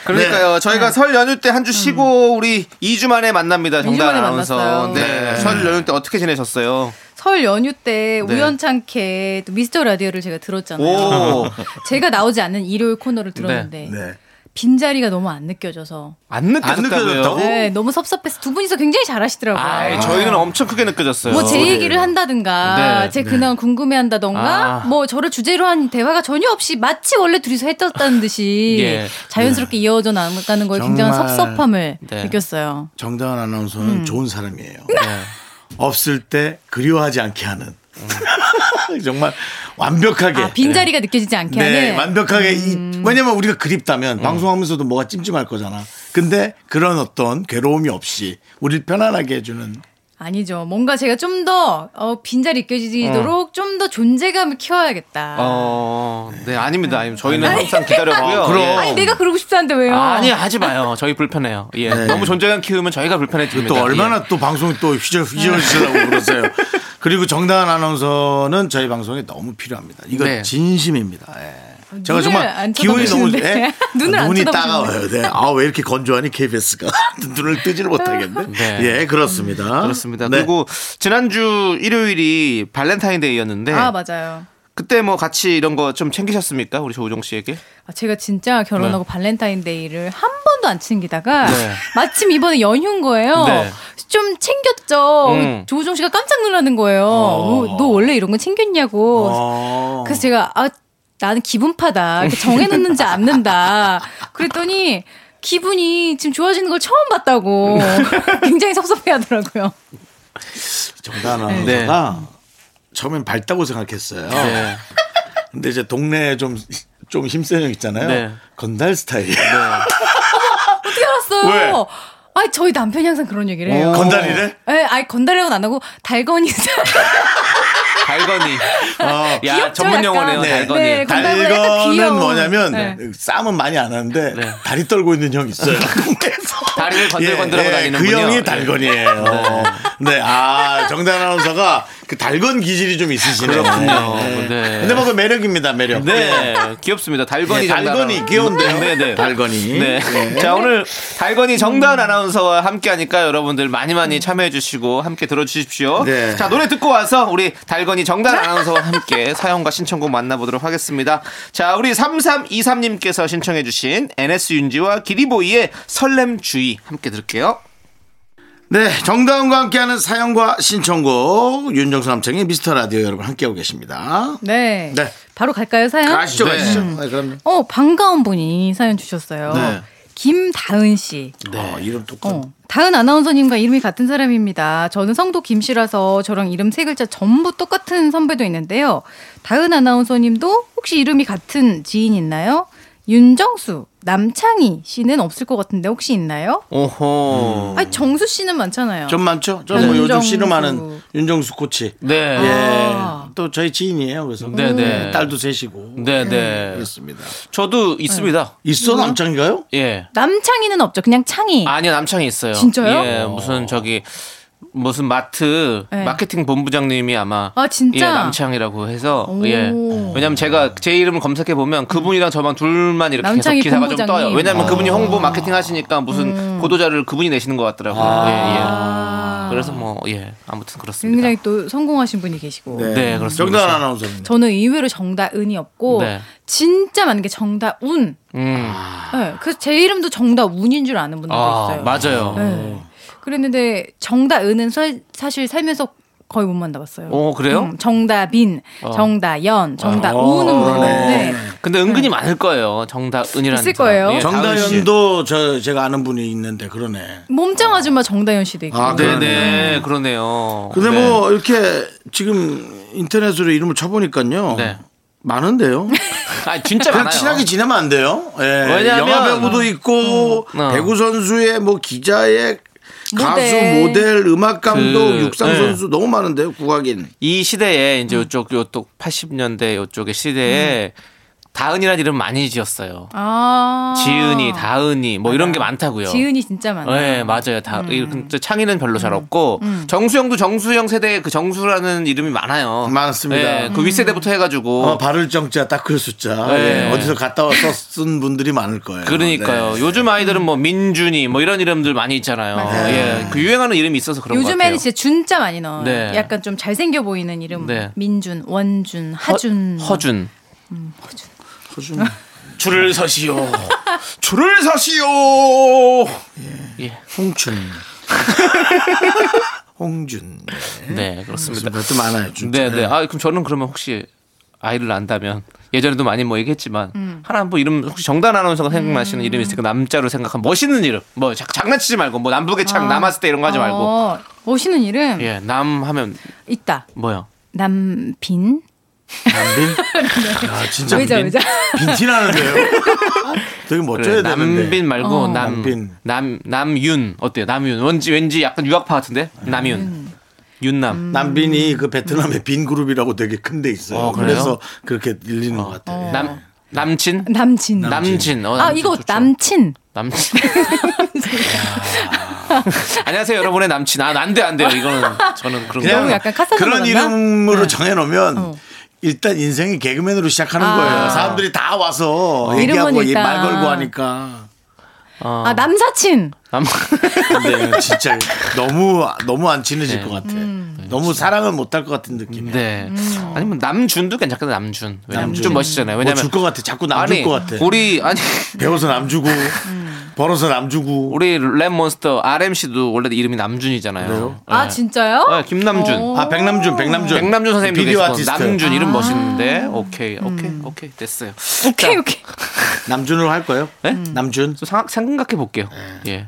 그러니까요.
네.
저희가 설 연휴 때 한 주 쉬고 우리 2주 만에 만납니다.
음. 주
정다은
만에
아나운서.
만났어요.
네. 설 연휴 때 어떻게 지내셨어요?
설 연휴 때
네.
우연찮게 또 미스터 라디오를 제가 들었잖아요.
오.
제가 나오지 않는 일요일 코너를 들었는데
네. 네.
빈자리가 너무 안 느껴져서
안 느껴졌다고요?
느껴졌다고?
네, 너무 섭섭해서 두 분이서 굉장히 잘하시더라고요.
아이, 저희는 엄청 크게 느껴졌어요.
뭐 제 얘기를 한다든가
네,
제 근황 궁금해한다던가
아.
뭐 저를 주제로 한 대화가 전혀 없이 마치 원래 둘이서 했었다는 듯이
예.
자연스럽게 이어져 나갔다는 거에 굉장한
정말.
섭섭함을
네.
느꼈어요.
정다운 아나운서는
음.
좋은 사람이에요 없을 때 그리워하지 않게 하는
음.
정말 완벽하게
예.
아 빈자리가 느껴지지 않게
네,
하는 음.
완벽하게 이, 왜냐면 우리가 그립다면 방송하면서도 뭐가 찜찜할 거잖아. 근데 그런 어떤 괴로움이 없이 우리를 편안하게 해주는
아니죠. 뭔가 제가 좀 더 어, 빈자리 느껴지도록 좀 더 존재감을 키워야겠다.
어, 네, 아닙니다. 아니, 저희는 항상 기다렸고요. 예.
아니 내가 그러고 싶다는데 왜요?
아니 하지 마요. 저희 불편해요. 예. 너무 존재감 키우면 저희가 불편해집니다.
네. 또 얼마나
예.
또 방송 또 휘저 휘저으시려고 그러세요. 그리고 정다은 아나운서는 저희 방송에 너무 필요합니다. 이거
네.
진심입니다. 예. 제가
아, 눈을
정말
안
기운이 너무
쳐다보시는데.
예?
눈을 안
눈이
쳐다보시는데.
따가워요. 네. 아왜 이렇게 건조하니 KBS가 눈을 뜨지를 못하겠네.
네.
예, 그렇습니다.
그렇습니다.
네.
그리고 지난주 일요일이 발렌타인데이였는데
아 맞아요.
그때 뭐 같이 이런 거 좀 챙기셨습니까? 우리 조우종 씨에게?
아, 제가 진짜 결혼하고 발렌타인데이를 한 번도 안 챙기다가
네.
마침 이번에 연휴인 거예요.
네.
좀 챙겼죠.
음.
조우종 씨가 깜짝 놀라는 거예요. 뭐, 너, 너 원래 이런 거 챙겼냐고. 그래서 제가 아 나는 기분파다. 이렇게 정해놓는지 않는다. 그랬더니 기분이 지금 좋아지는 걸 처음 봤다고 굉장히 섭섭해하더라고요.
정다은 아나운서가 처음엔 밝다고 생각했어요.
네.
근데 이제 동네에 좀, 좀 힘센 형 있잖아요.
네.
건달 스타일이에요.
어떻게 알았어요? 아 저희 남편이 항상 그런 얘기를 해요.
건달이래?
에, 아니 건달이라고는 안 하고 달건이
달건이. 야,
귀엽죠,
전문
약간.
용어네요.
네.
달건이.
네. 건달보다 약간
어, 달거는
귀여운.
뭐냐면
네.
싸움은 많이 안 하는데
네.
다리 떨고 있는 형 있어요. 동네에서.
다리를
예,
건들건들하고
예,
다니는군요.
그
예.
형이 달건이에요. 네. 아, 정단 아나운서가 그 달건 기질이 좀 있으시네요.
그렇군요. 네.
근데 뭐 그 매력입니다, 매력.
네. 귀엽습니다. 달건이
예, 달건이
장난감.
귀여운데요.
네, 네.
달건이.
네. 자, 오늘 달건이 정다은 아나운서와 함께 하니까 여러분들 많이 많이 참여해 주시고 함께 들어 주십시오.
네.
자, 노래 듣고 와서 우리 달건이 정다은 아나운서와 함께 사연과 신청곡 만나보도록 하겠습니다. 자, 우리 3323님께서 신청해 주신 NS 윤지와 기리보이의 설렘 주의 함께 들을게요.
네, 정다운과 함께하는 사연과 신청곡 윤정수 남창의 미스터 라디오 여러분 함께하고 계십니다.
네.
네.
바로 갈까요 사연?
가시죠,
네.
가시죠. 네, 그럼요.
어 반가운 분이 사연 주셨어요.
네.
김다은 씨.
어, 이름 똑같.
어. 다은 아나운서님과 이름이 같은 사람입니다. 저는 성도 김씨라서 저랑 이름 세 글자 전부 똑같은 선배도 있는데요. 다은 아나운서님도 혹시 이름이 같은 지인 있나요? 윤정수, 남창희 씨는 없을 것 같은데 혹시 있나요?
오호.
아니 정수 씨는 많잖아요.
좀 많죠? 저는 뭐
윤정수.
요즘 씨름하는 윤정수 코치.
네.
예.
아.
또 저희 지인이에요. 그래서 음,
네, 네.
딸도 셋이고.
네, 네.
그렇습니다. 네.
저도 있습니다. 음.
있어 남창인가요?
예.
남창희는 없죠. 그냥 창희.
아니요 남창이 있어요.
진짜요?
예, 무슨 저기 무슨 마트
네.
마케팅 본부장님이 아마
아, 진짜?
예, 남창이라고 해서
오.
예. 왜냐면 제가 제 이름을 검색해 보면 그분이랑 저만 둘만 이렇게 계속
남창희
기사가 좀
본부장님. 음.
떠요.
아.
왜냐면 그분이 홍보 마케팅 하시니까 무슨 보도자를 그분이 내시는 것 같더라고요.
아.
아.
예, 예. 그래서 뭐 예. 아무튼 그렇습니다.
굉장히 또 성공하신 분이 계시고.
네, 그렇습니다.
정단 아나운서입니다.
저는 의외로 정다은이 없고
네.
진짜 많은 게 정다운.
음.
네, 그래서 제 이름도 정다운인 줄 아는 분들도
아,
있어요.
맞아요.
네. 그랬는데 정다은은 사, 실 살면서 거의 못 만나봤어요. 음,
어, 그래요? 어.
정다빈, 정다연, 뭐. 네. 정다우는 모르는데
네. 근데 은근히 많을 거예요. 정다은이라는 사람.
있을 거예요.
예, 다은 씨.
정다연도 저 제가 아는 분이 있는데 그러네.
몸짱 아줌마 정다연 씨도 있고.
아,
네네 그러네요.
근데
네.
뭐 이렇게 지금 인터넷으로 이름을 쳐보니까요.
네.
많은데요.
아 진짜
그냥
많아요.
친하게 지내면 안 돼요. 예.
왜냐면-
영화 배우도 있고
음. 어.
배구 선수의 뭐 기자의 가수
모델.
모델 음악 감독
그,
육상
네.
선수 너무 많은데요. 국악인.
이 시대에 이제 요쪽 요쪽 80년대 요쪽의 시대에
음.
다은이라는 이름 많이 지었어요.
아.
지은이, 다은이 뭐 이런 게 많다고요.
지은이 음. 진짜 많아.
네, 맞아요. 다 이- 근데 창의는 별로 잘 없고
음.
정수영도 정수영 세대에 그 정수라는 이름이 많아요.
많습니다.
네, 그 윗세대부터 해가지고
어, 발을 정자, 딱그 숫자.
네.
예, 어디서 갔다 와서 쓴 분들이 많을 거예요.
그러니까요.
네.
요즘 아이들은 뭐 민준이 뭐 이런 이름들 많이 있잖아요. 예, 그 유행하는 이름이 있어서 그런 것 같아요.
요즘에는 진짜 준자 많이 넣어요.
네.
약간 좀 잘생겨 보이는 이름.
네. 어,
민준, 원준, 하준.
허준.
줄을 서시오. 줄을 서시오.
예.
홍춘. 홍준.
네, 그렇습니다.
그것도 많아요. 진짜.
네, 네. 아, 그럼 저는 그러면 혹시 아이를 낳는다면 예전에도 많이 뭐 얘기했지만 하나 뭐 이름 혹시 정단 아나운서가 생각나시는 이름이 있으니까 남자로 생각한 멋있는 이름. 뭐 자- 장난치지 말고 뭐 남북의 창 남았을 때 이런 거 하지 아, 말고.
어, 멋있는 이름
예, 남 하면
있다.
뭐요?
남빈.
야, 진짜
의자
아, 남빈?
의자.
빈티나는데요. 되게
그래,
멋져야 되는데.
남빈 말고 남,
남빈.
남, 남윤 어때요? 남윤 왠지 왠지 약간 유학파 같은데 남윤 윤남
남빈이 그 베트남의 빈 그룹이라고 되게 큰 데 있어요.
어, 그래요? 어.
그래서 그렇게 들리는 것
어.
같아요.
남 남친
남진.
남진 어,
아
남진
이거
좋죠.
남친.
남친. 아. 안녕하세요, 여러분의 남친. 아, 안 돼, 안 돼요. 이거는 저는 그런 거.
너무 약간 카사노바
그런
같나? 네. 어.
이름으로 정해놓으면 일단 인생이 개그맨으로 시작하는
아. 어,
거예요. 사람들이 다 와서
이름은
얘기하고 얘-
일단.
말 걸고 하니까.
아 남사친.
남,
근데 이거 진짜 너무 너무 안 친해질 것 같아.
음.
너무 사랑을 못할 것 같은 느낌.
네. 아니면 남준도 괜찮겠다, 남준. 왜냐면
남준.
좀 멋있잖아요.
뭐줄
왜냐면.
것 같아. 자꾸 남 줄
아니,
것 같아.
우리, 아니,
배워서 남 주고
음.
벌어서 남 주고.
우리 랩몬스터 RMC도 원래 이름이 남준이잖아요. 네.
아 진짜요?
네, 김남준.
아 백남준 백남준
백남준 선생님도
비디오
계시고
아티스트
남준 이름 멋있는데 오케이 오케이 오케이 됐어요.
오케이 오케이.
남준으로 할 거예요?
네?
남준
또 상- 생각해 볼게요.
네.
예.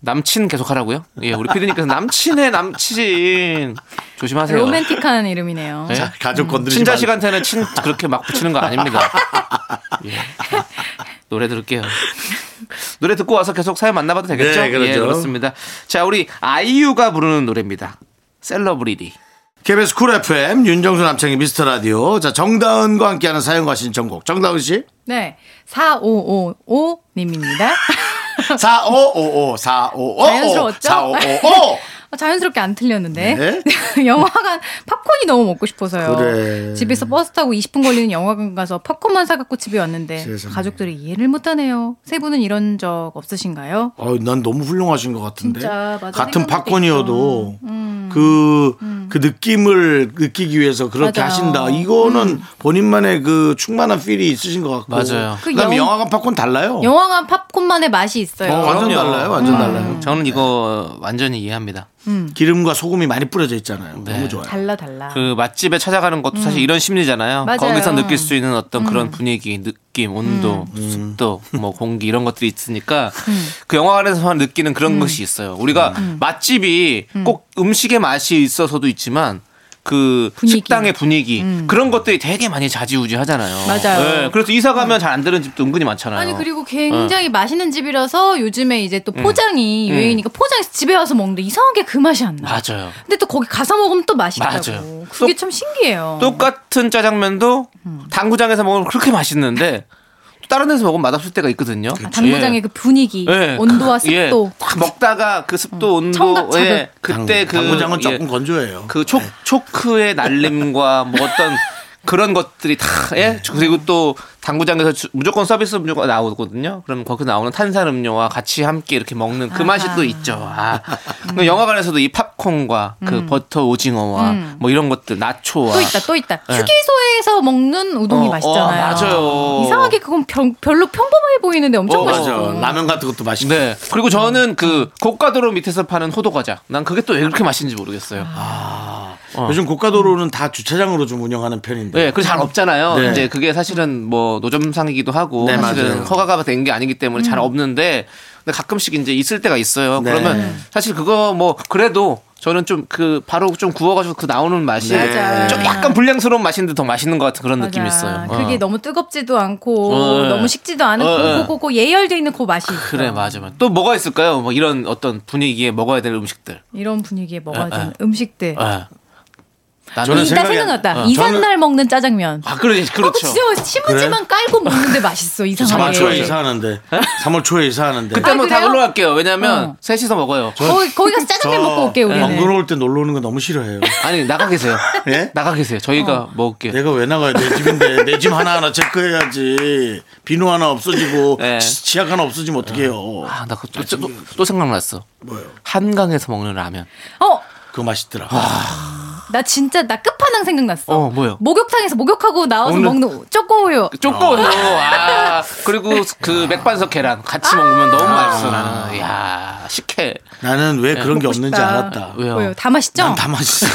남친 계속 하라고요? 예, 우리 피디님께서 남친의 남친 조심하세요.
로맨틱한 이름이네요.
예?
자, 가족 건드리지 말
친자식한테는 친 그렇게 막 붙이는 거 아닙니다. 예. 노래 들을게요. 노래 듣고 와서 계속 사연 만나봐도 되겠죠?
네, 그렇죠.
예, 그렇습니다. 자, 우리 아이유가 부르는 노래입니다. 셀러브리티.
KBS 쿨 FM 윤정수 남창희 미스터 라디오 자 정다은과 함께하는 사연과 신청곡 정다은 씨
네. 4555 님입니다.
4555 4555
자연스러웠죠?
4555
아, 자연스럽게 안 틀렸는데.
네?
영화관 팝콘이 너무 먹고 싶어서요.
그래.
집에서 버스 타고 20분 걸리는 영화관 가서 팝콘만 사갖고 집에 왔는데
세상에.
가족들이 이해를 못하네요. 세 분은 이런 적 없으신가요?
어우, 난 너무 훌륭하신 것 같은데.
진짜, 맞아.
같은
음. 생각할 때
팝콘이어도 그, 그 느낌을 느끼기 위해서 그렇게
음. 맞아요. 음.
하신다. 이거는 본인만의 그 충만한 필이 있으신 것 같고.
맞아요.
그 다음에
그 영-
영화관 팝콘 달라요.
영화관 팝콘만의 맛이 있어요.
어, 완전
그럼요. 음.
달라요. 완전 달라요.
저는 이거 완전히 이해합니다.
음. 기름과 소금이 많이 뿌려져 있잖아요.
네.
너무 좋아요.
달라 달라.
그 맛집에 찾아가는 것도 사실 이런 심리잖아요.
음. 맞아요. 음.
거기서 느낄 수 있는 어떤 그런 분위기, 느낌, 온도, 습도, 뭐 공기 이런 것들이 있으니까
음.
그 영화관에서만 느끼는 그런 것이 있어요. 우리가 맛집이 꼭 음식의 맛이 있어서도 있지만 그
분위기. 음.
식당의 분위기 그런 것들이 되게 많이 자지우지 하잖아요. 네,
맞아요. 음.
그래서 이사 가면 잘 안 되는 집도 은근히 많잖아요.
아니 그리고 굉장히
어.
맛있는 집이라서 요즘에 이제
음.
또 포장이 유행이니까 포장해서 집에 와서 먹는데 이상하게 그 맛이 안 나.
맞아요.
근데 또 거기 가서 먹으면 또 맛이
맞아요.
있다고. 그게 참 신기해요. 아,
똑같은 짜장면도
음.
당구장에서 먹으면 그렇게 맛있는데 또 다른 데서 먹으면 맛없을 때가 있거든요.
아, 당구장의
예.
그 분위기,
예,
온도와
그, 예,
습도. 음.
딱 먹다가 그 습도 온도
청각
예,
자극.
그때 그
당구장은
예,
조금 네. 건조해요.
그 초, 초크의 날림과 뭐 어떤 그런 것들이 다
네.
예? 그리고 또 당구장에서 주- 무조건 서비스 음료가 나오거든요. 그럼 거기서 나오는 탄산 음료와 같이 함께 이렇게 먹는 그 맛이 또 있죠. 아. 그 영화관에서도 이 팝콘과 그 버터 오징어와 뭐 이런 것들 나초와
음. 또 있다, 또 있다.
예.
휴게소에서 먹는 우동이
어,
맛있잖아요.
어, 맞아요.
이상하게 그건 병- 별로 평범해 보이는데 엄청
어,
맛있어.
맞아. 라면 같은 것도 맛있고.
네.
어. 아.
그리고 저는 그 고가도로 밑에서 파는 호도 과자. 난 그게 또 왜 그렇게 맛있는지 모르겠어요.
요즘 고가도로는 다 주차장으로 좀 운영하는 편인데.
네, 그잘 없잖아요.
네.
이제 그게 사실은 뭐 노점상이기도 하고
네,
사실은
맞아요.
허가가 된 게 아니기 때문에
음.
잘 없는데 근데 가끔씩 이제 있을 때가 있어요.
네.
그러면 사실 그거 뭐 그래도 저는 좀 그 바로 좀 구워가지고 그 나오는 맛이
네.
맞아.
좀 약간 불량스러운 맛인데 더 맛있는 것 같은 그런
맞아.
느낌이 있어요.
그게
어.
너무 뜨겁지도 않고
어, 예.
너무 식지도 않은
어, 예.
고고고고 예열돼 있는 그 맛이 있어.
그래 맞아 맞아. 또 뭐가 있을까요? 뭐 이런 어떤 분위기에 먹어야 될 음식들.
이런 분위기에 먹어야
예,
되는
예.
음식들.
예. 나는
저는
이따
생각이 안-
생각났다.
어.
이삿날 먹는 짜장면.
아 그래
그거
그렇죠.
진짜 신문지만 깔고 먹는데 맛있어 이상하게.
3월 초에 이사하는데. 3월 초에 이사하는데.
그때 한번
아,
다
네. 그래요?
놀러 갈게요. 왜냐면
어.
셋이서 먹어요.
거기, 거기 가서 짜장면 먹고 올게 우리는.
번거로 네. 올때 놀러 오는 거 너무 싫어해요.
아니 나가 계세요.
예?
나가 계세요. 저희가
어.
먹을게요.
내가 왜 나가요? 내 집인데 내 집 하나 하나 체크해야지. 비누 하나 없어지고
네.
치- 치약 하나 없어지면 어떡해요
아, 나 그거 또, 또, 또 생각났어. 뭐요? 한강에서 먹는 라면.
아.
어,
그거 맛있더라.
아. 나 진짜 나 끝판왕 생각났어.
어, 뭐요?
목욕탕에서 목욕하고 나와서
오늘-
먹는 초코우유.
쪼꼬요. 아, 그리고 그 맥반석 계란 같이 먹으면
아.
너무 맛있어. 나는. 이야, 식혜.
나는 왜 그런 게
네, 먹고
없는지
싶다.
알았다.
왜요?
뭐예요? 아, 다 맛있죠?
난 다 맛있어.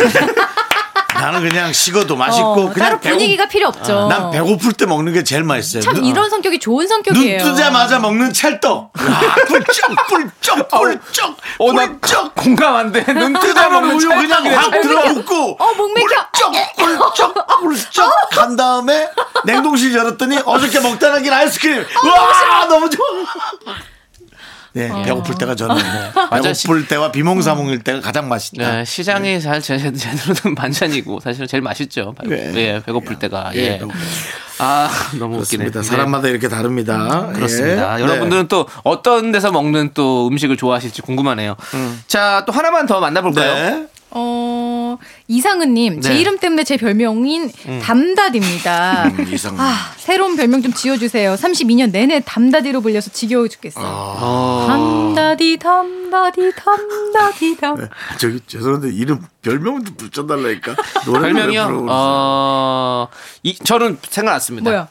나는 그냥 식어도 맛있고
어,
그냥
따로
배고,
분위기가 필요 없죠.
난 배고플 때 먹는 게 제일 맛있어요.
참
눈-
이런 성격이 좋은
눈
성격이에요.
뜨자마자 먹는 찰떡. 아, 꿀쩍 꿀쩍 꿀쩍
어, 나
꿀쩍.
공감 안 돼. 눈
뜨자마자 우유 그냥 확
찰떡이네.
들어붓고
어, 목맥혀.
꿀쩍 꿀쩍 꿀쩍 간 다음에 냉동실 열었더니 어저께 먹다 남긴 아이스크림.
어,
와 너무 좋아. 네 배고플 때가 저는 네. 배고플 때와 비몽사몽일 때가 가장 맛있다.
네, 시장이 잘 제- 제- 제대로 된 반찬이고 사실 제일 맛있죠.
네.
예, 배고플 때가.
예,
예.
배고플
아, 너무 웃기네.
그렇습니다.
네.
사람마다 이렇게 다릅니다.
그렇습니다.
예.
여러분들은 또 어떤 데서 먹는 또 음식을 좋아하실지 궁금하네요. 자, 또 하나만 더 만나볼까요?
음. 네.
어, 이상은님, 제
네.
이름 때문에 제 별명인 담다디입니다.
음. 이상은.
아, 새로운 별명 좀 지어주세요. 32년 내내 담다디로 불려서 지겨워 죽겠어요.
아.
어.
담다디, 담다디, 담다디,
네.
담.
아, 저기 죄송한데 이름 별명은 좀 붙여달라니까. 노래를 왜
별명이요?
부르고
어, 이, 저는 생각났습니다.
네.
뭐야?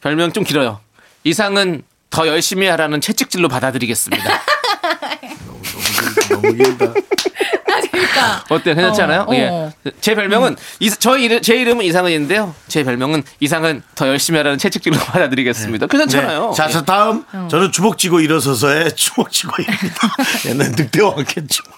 별명 좀 길어요. 이상은 더 열심히 하라는 채찍질로 받아들이겠습니다.
그러세요? 너무 길다.
아, 재밌다.
어때요? 괜찮지
어, 음.
않아요?
어.
예. 제 별명은, 이, 저 이름, 제 이름은 이상은인데요. 제 별명은 이상은 더 열심히 하라는 채찍질로 받아들이겠습니다. 괜찮잖아요.
네. 자, 저 다음
어.
저는 주먹쥐고 일어서서의 주먹쥐고입니다.
예, 네,
옛날 늑대와 함께 춤을.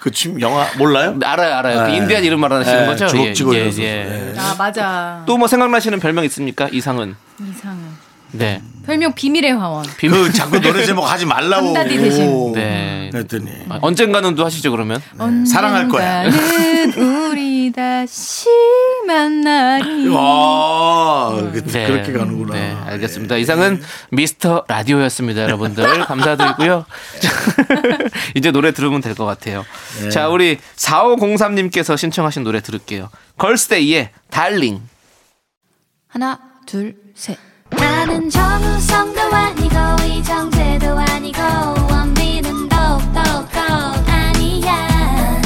그춤 영화 몰라요?
예. 알아요, 알아요. 그
네.
인디안 이름 말하시는
네,
거죠? 예,
주먹쥐고 일어서서. 네.
아, 맞아.
또 뭐 생각나시는 별명 있습니까? 이상은.
이상은.
네.
별명 비밀의 화원.
비밀.
그 자꾸 노래 제목 하지 말라고.
한다디 대신.
오.
네.
그랬더니
아, 언젠가는 또 하시죠, 그러면.
네. 사랑할 거야.
언젠가는 우리 다시 만나리.
와
아,
그-
네.
그렇게 가는구나.
네, 알겠습니다. 이상은 미스터 라디오였습니다, 여러분들. 감사드리고요. 이제 노래 들으면 될 것 같아요.
네.
자, 우리 4503님께서 신청하신 노래 들을게요. 걸스데이의 달링.
하나, 둘, 셋.
나는 정우성도 아니고 이정재도 아니고 원빈은 더욱더 아니야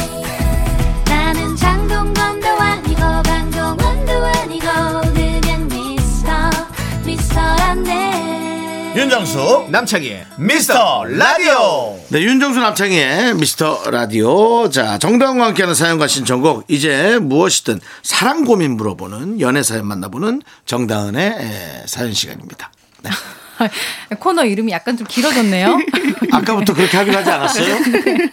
나는 장동건도 아니고 강동원도 아니고 그냥 미스터 미스터란데
윤정수 남창희의 미스터 라디오 네 윤정수 남창희의 미스터 라디오 자 정다운과 함께하는 사연과 신청곡 이제 무엇이든 사랑 고민 물어보는 연애 사연 만나보는 정다은의 에, 사연 시간입니다 네.
아, 코너 이름이 약간 좀 길어졌네요.
아까부터 그렇게 하기로 하지 않았어요?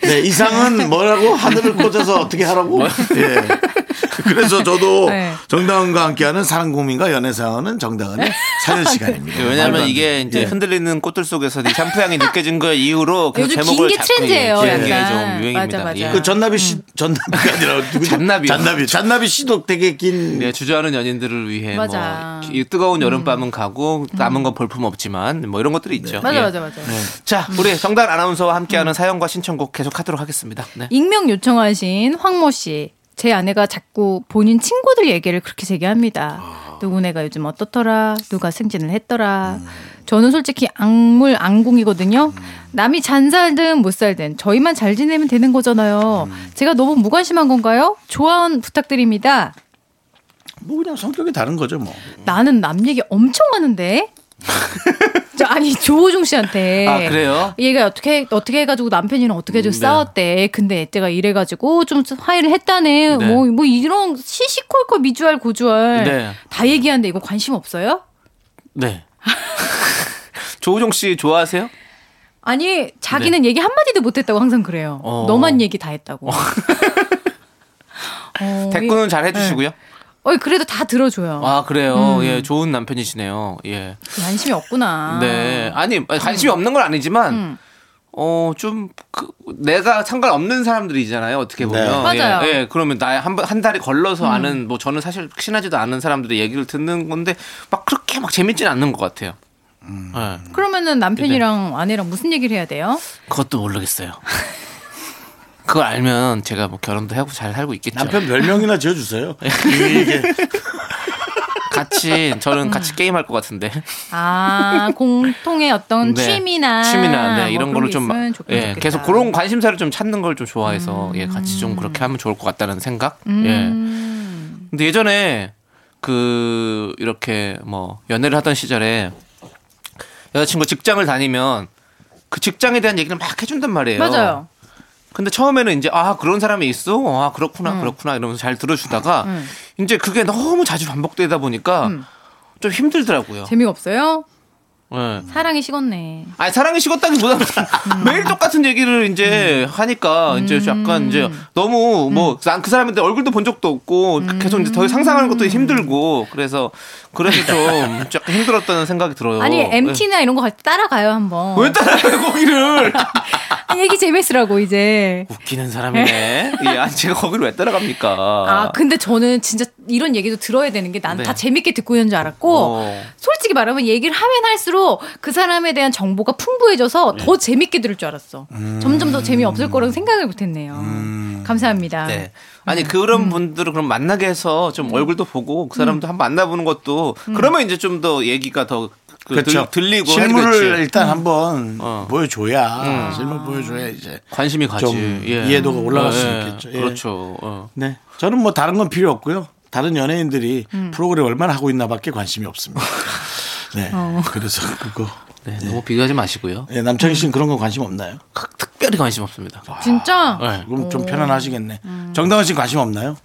네, 이상은 뭐라고 하늘을 꽂아서 어떻게
뭐?
하라고? 예. 그래서 저도
네.
정다은과 함께하는 사랑 고민과 연애 사연은 정다은의 사연 시간입니다. 네, 말도
네, 왜냐면
안
이게
돼.
이제
예.
흔들리는 꽃들 속에서 이 샴푸향이 느껴진 거 이후로 계속
요즘
제목을 잡-
긴게 트렌드예요,
예, 긴게
약간.
좀 유행입니다.
맞아,
예.
맞아.
그 전나비 씨, 전나비가 아니라 누구죠?
잔나비요.
잔나비, 잔나비 씨도 되게 긴.
네, 주저하는 연인들을 위해
맞아. 음.
뭐 이 뜨거운 여름밤은 가고 남은 건 볼품 없지만 뭐 이런 것들이 있죠.
맞아,
예.
맞아, 음. 맞아.
자, 우리 정단 아나운서와 함께하는 사연과 신청곡 계속 하도록 하겠습니다. 네.
익명 요청하신 황모 씨. 제 아내가 자꾸 본인 친구들 얘기를 그렇게 제기합니다. 누구네가 요즘 어떻더라, 누가 승진을 했더라. 저는 솔직히 악물 안궁이거든요. 남이 잘 살든 못 살든 저희만 잘 지내면 되는 거잖아요. 제가 너무 무관심한 건가요? 조언 부탁드립니다.
뭐 그냥 성격이 다른 거죠, 뭐.
나는 남 얘기 엄청 하는데 저 아니 조호중 씨한테
아, 그래요? 음, 네.
얘가 어떻게 어떻게 해가지고 남편이랑 어떻게 해가지고 싸웠대. 근데 애때가 이래가지고 좀 화해를 했다네.
네.
뭐 뭐 이런 시시콜콜 미주알 고주알
네.
다 얘기하는데 이거 관심 없어요?
네. 조우종 씨 좋아하세요?
아니 자기는 얘기 한 마디도 못했다고 항상 그래요.
네. 어.
너만 얘기 다 했다고. 어, 네.
댓글은 잘 해주시고요.
이- 어이, 그래도 다 들어줘요.
아
음.
그래요. 예, 좋은 남편이시네요. 예.
관심이 없구나.
네. 아니 관심이 없는 건 아니지만
음.
어좀 그, 내가 상관없는 사람들이잖아요. 어떻게 보면
네. 맞아요. 음.
예, 예, 그러면 나의 한한 달이 걸러서 아는 뭐 저는 사실 친하지도 않은 사람들의 얘기를 듣는 건데 막 그렇게 막 재밌진 않는 것 같아요. 예.
그러면은 남편이랑 아내랑 무슨 얘기를 해야 돼요?
그것도 모르겠어요. 그걸 알면 제가 뭐 결혼도 하고 잘 살고 있겠죠.
남편 별명이나 지어주세요.
그
이게
같이 저는
음.
같이 게임할 것 같은데.
아 공통의 어떤
네.
취미나
취미나 네,
뭐
이런
그런
거를
게
좀
있으면
막-
좋긴
예,
좋겠다. 음.
계속 그런 관심사를 좀 찾는 걸 좀 좋아해서 예, 같이 좀 그렇게 하면 좋을 것 같다는 생각. 예. 근데 예전에 그 이렇게 뭐 연애를 하던 시절에 여자친구 직장을 다니면 그 직장에 대한 얘기를 막 해준단 말이에요.
맞아요.
근데 처음에는 이제 아 그런 사람이 있어 아 그렇구나
음.
그렇구나 이러면서 잘 들어주다가 이제 그게 너무 자주 반복되다 보니까
음.
좀 힘들더라고요.
재미가 없어요?
예.
사랑이 식었네.
아니 사랑이 식었다기보다는 매일 똑같은 얘기를 이제 하니까 이제 약간 이제 너무 뭐 난 그 사람한테 얼굴도 본 적도 없고 계속 이제 더 상상하는 것도 힘들고 그래서 그래서 좀 약간 힘들었다는 생각이 들어요.
아니
네.
MT나 이런 거 같이 따라가요 한번.
왜 따라해 거기를
아, 얘기 재밌으라고 이제.
웃기는 사람이네. 예, 아니 제가 거기를 왜 따라갑니까?
아 근데 저는 진짜 이런 얘기도 들어야 되는 게 난 다
네.
재밌게 듣고 있는 줄 알았고
어.
솔직히 말하면 얘기를 하면 할수록 그 사람에 대한 정보가
네.
풍부해져서 더 재밌게 들을 줄 알았어. 점점 더 재미없을 거라고 생각을 못했네요. 감사합니다.
네. 아니 그런 분들을 그럼 만나게 해서 좀 얼굴도 보고 그 사람도 한번 만나보는 것도 그러면 이제 좀 더 얘기가 더 그,
그렇죠.
들, 리고
실물을 일단 한번
어. 음.
보여줘야 실물 보여줘야 이제
관심이 가지 예. 음.
좀 이해도가 올라갈 수 있겠죠. 예.
그렇죠. 어.
네. 저는 뭐 다른 건 필요 없고요. 다른 연예인들이
음.
프로그램 얼마나 하고 있나밖에 관심이 없습니다. 네.
어.
그래서 그거.
네, 너무 비교하지 마시고요.
예, 남창희 씨는 그런 건 관심 없나요?
특- 특별히 관심 없습니다.
아,
진짜
네.
그럼 좀 편안하시겠네.
음.
정당은 씨는 관심 없나요?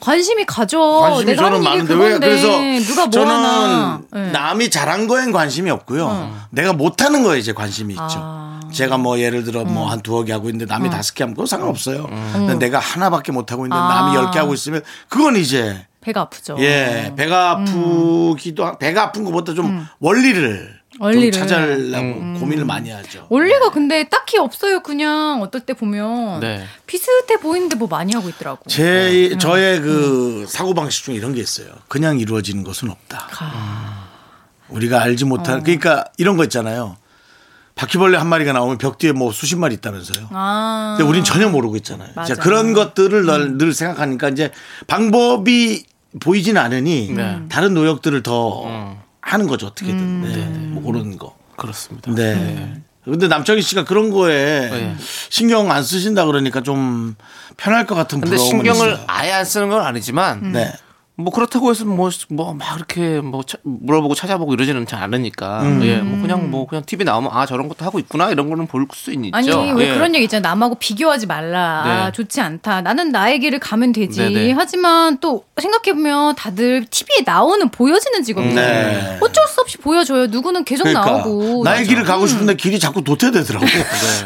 관심이 가죠.
관심이
어, 내가
저는
하는 일이
많은데
그건데
왜 그래서
누가 뭐
저는
하나. 네. 어.
남이 잘한 거엔 관심이 없고요. 내가 못하는 거에 이제 관심이 있죠.
아. 음.
제가 뭐 예를 들어 뭐 한 두어 개 하고 있는데 남이 다섯 개 하면 그건 상관없어요. 근데 내가 하나밖에 못 하고 있는데 남이
아.
열 개 하고 있으면 그건 이제
배가 아프죠.
예 배가 아프기도 하- 배가 아픈 것보다 좀 원리를,
음. 원리를. 음.
좀 찾아내려고 고민을 많이 하죠.
원리가 근데 딱히 없어요. 그냥 어떨 때 보면
네.
비슷해 보이는데 뭐 많이 하고 있더라고.
제
네.
저의
음.
그 사고 방식 중에 이런 게 있어요. 그냥 이루어지는 것은 없다. 우리가 알지 못한
어.
그러니까 이런 거 있잖아요. 바퀴벌레 한 마리가 나오면 벽 뒤에 뭐 수십 마리 있다면서요.
아.
근데 우린 전혀 모르고 있잖아요.
맞아.
자, 그런 것들을
음.
널- 늘 생각하니까 이제 방법이 보이진 않으니
네.
다른 노력들을 더
음.
하는 거죠 어떻게든 네. 뭐 그런 거.
그렇습니다.
네. 근데 남정희 씨가 그런 거에
네.
신경 안 쓰신다 그러니까 좀 편할 것 같은
근데
부러움은
신경을
있어요.
아예 안 쓰는 건 아니지만
네.
뭐 그렇다고 해서 뭐뭐막 이렇게 뭐 차- 물어보고 찾아보고 이러지는 잘 않으니까
음.
예, 뭐 그냥 뭐 그냥 TV 나오면 아 저런 것도 하고 있구나 이런 거는 볼 수 있죠.
아니 왜
예.
그런 얘기 있잖아 남하고 비교하지 말라 아,
네.
좋지 않다 나는 나의 길을 가면 되지
네네.
하지만 또 생각해보면 다들 TV에 나오는 보여지는 직업들
네. 그러니까.
어쩔 수 없이 보여줘요 누구는 계속 나오고
나의
맞아.
길을
음.
가고 싶은데 길이 자꾸 도태되더라고.
네.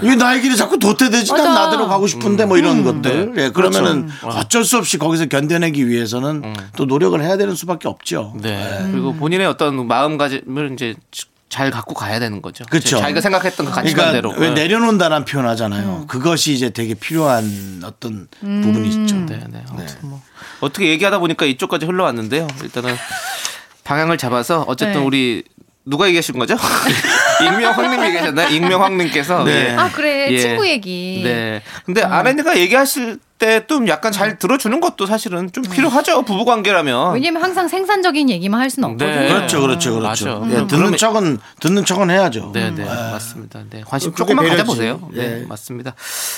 이게 나의 길이 자꾸 도태되지? 난
맞아.
나대로 가고 싶은데
음.
뭐 이런 것들.
네.
예, 그러면은
그렇죠.
어쩔 수 없이 거기서 견뎌내기 위해서는 또 노력을 해야 되는 수밖에 없죠.
음. 네. 그리고 본인의 어떤 마음가짐을 이제 잘 갖고 가야 되는 거죠.
그쵸.
자기가 생각했던 그 가치관대로. 음.
그러니까 왜 내려놓는다는 표현 하잖아요. 그것이 이제 되게 필요한 어떤 부분이 있죠.
네, 네. 아무튼 뭐 어떻게 얘기하다 보니까 이쪽까지 흘러왔는데요. 일단은 방향을 잡아서 어쨌든
네.
우리 누가 얘기하신 거죠? 익명 황님 얘기하셨나요? 익명 황님께서. 예.
아 그래
예.
친구 얘기
네. 근데 아내가 얘기하실 때 좀 약간 잘 들어주는 것도 사실은 좀 필요하죠 부부
어.
관계라면.
왜냐면 항상 생산적인 얘기만 할 수는 없거든요.
네.
그렇죠, 그렇죠, 그렇죠.
맞아.
예, 듣는
음. 그러면-
척은 듣는 척은 해야죠.
네, 네, 맞습니다. 네,
음.
관심
아. 그게
조금만
배려지.
가져보세요. 네,
예.
맞습니다.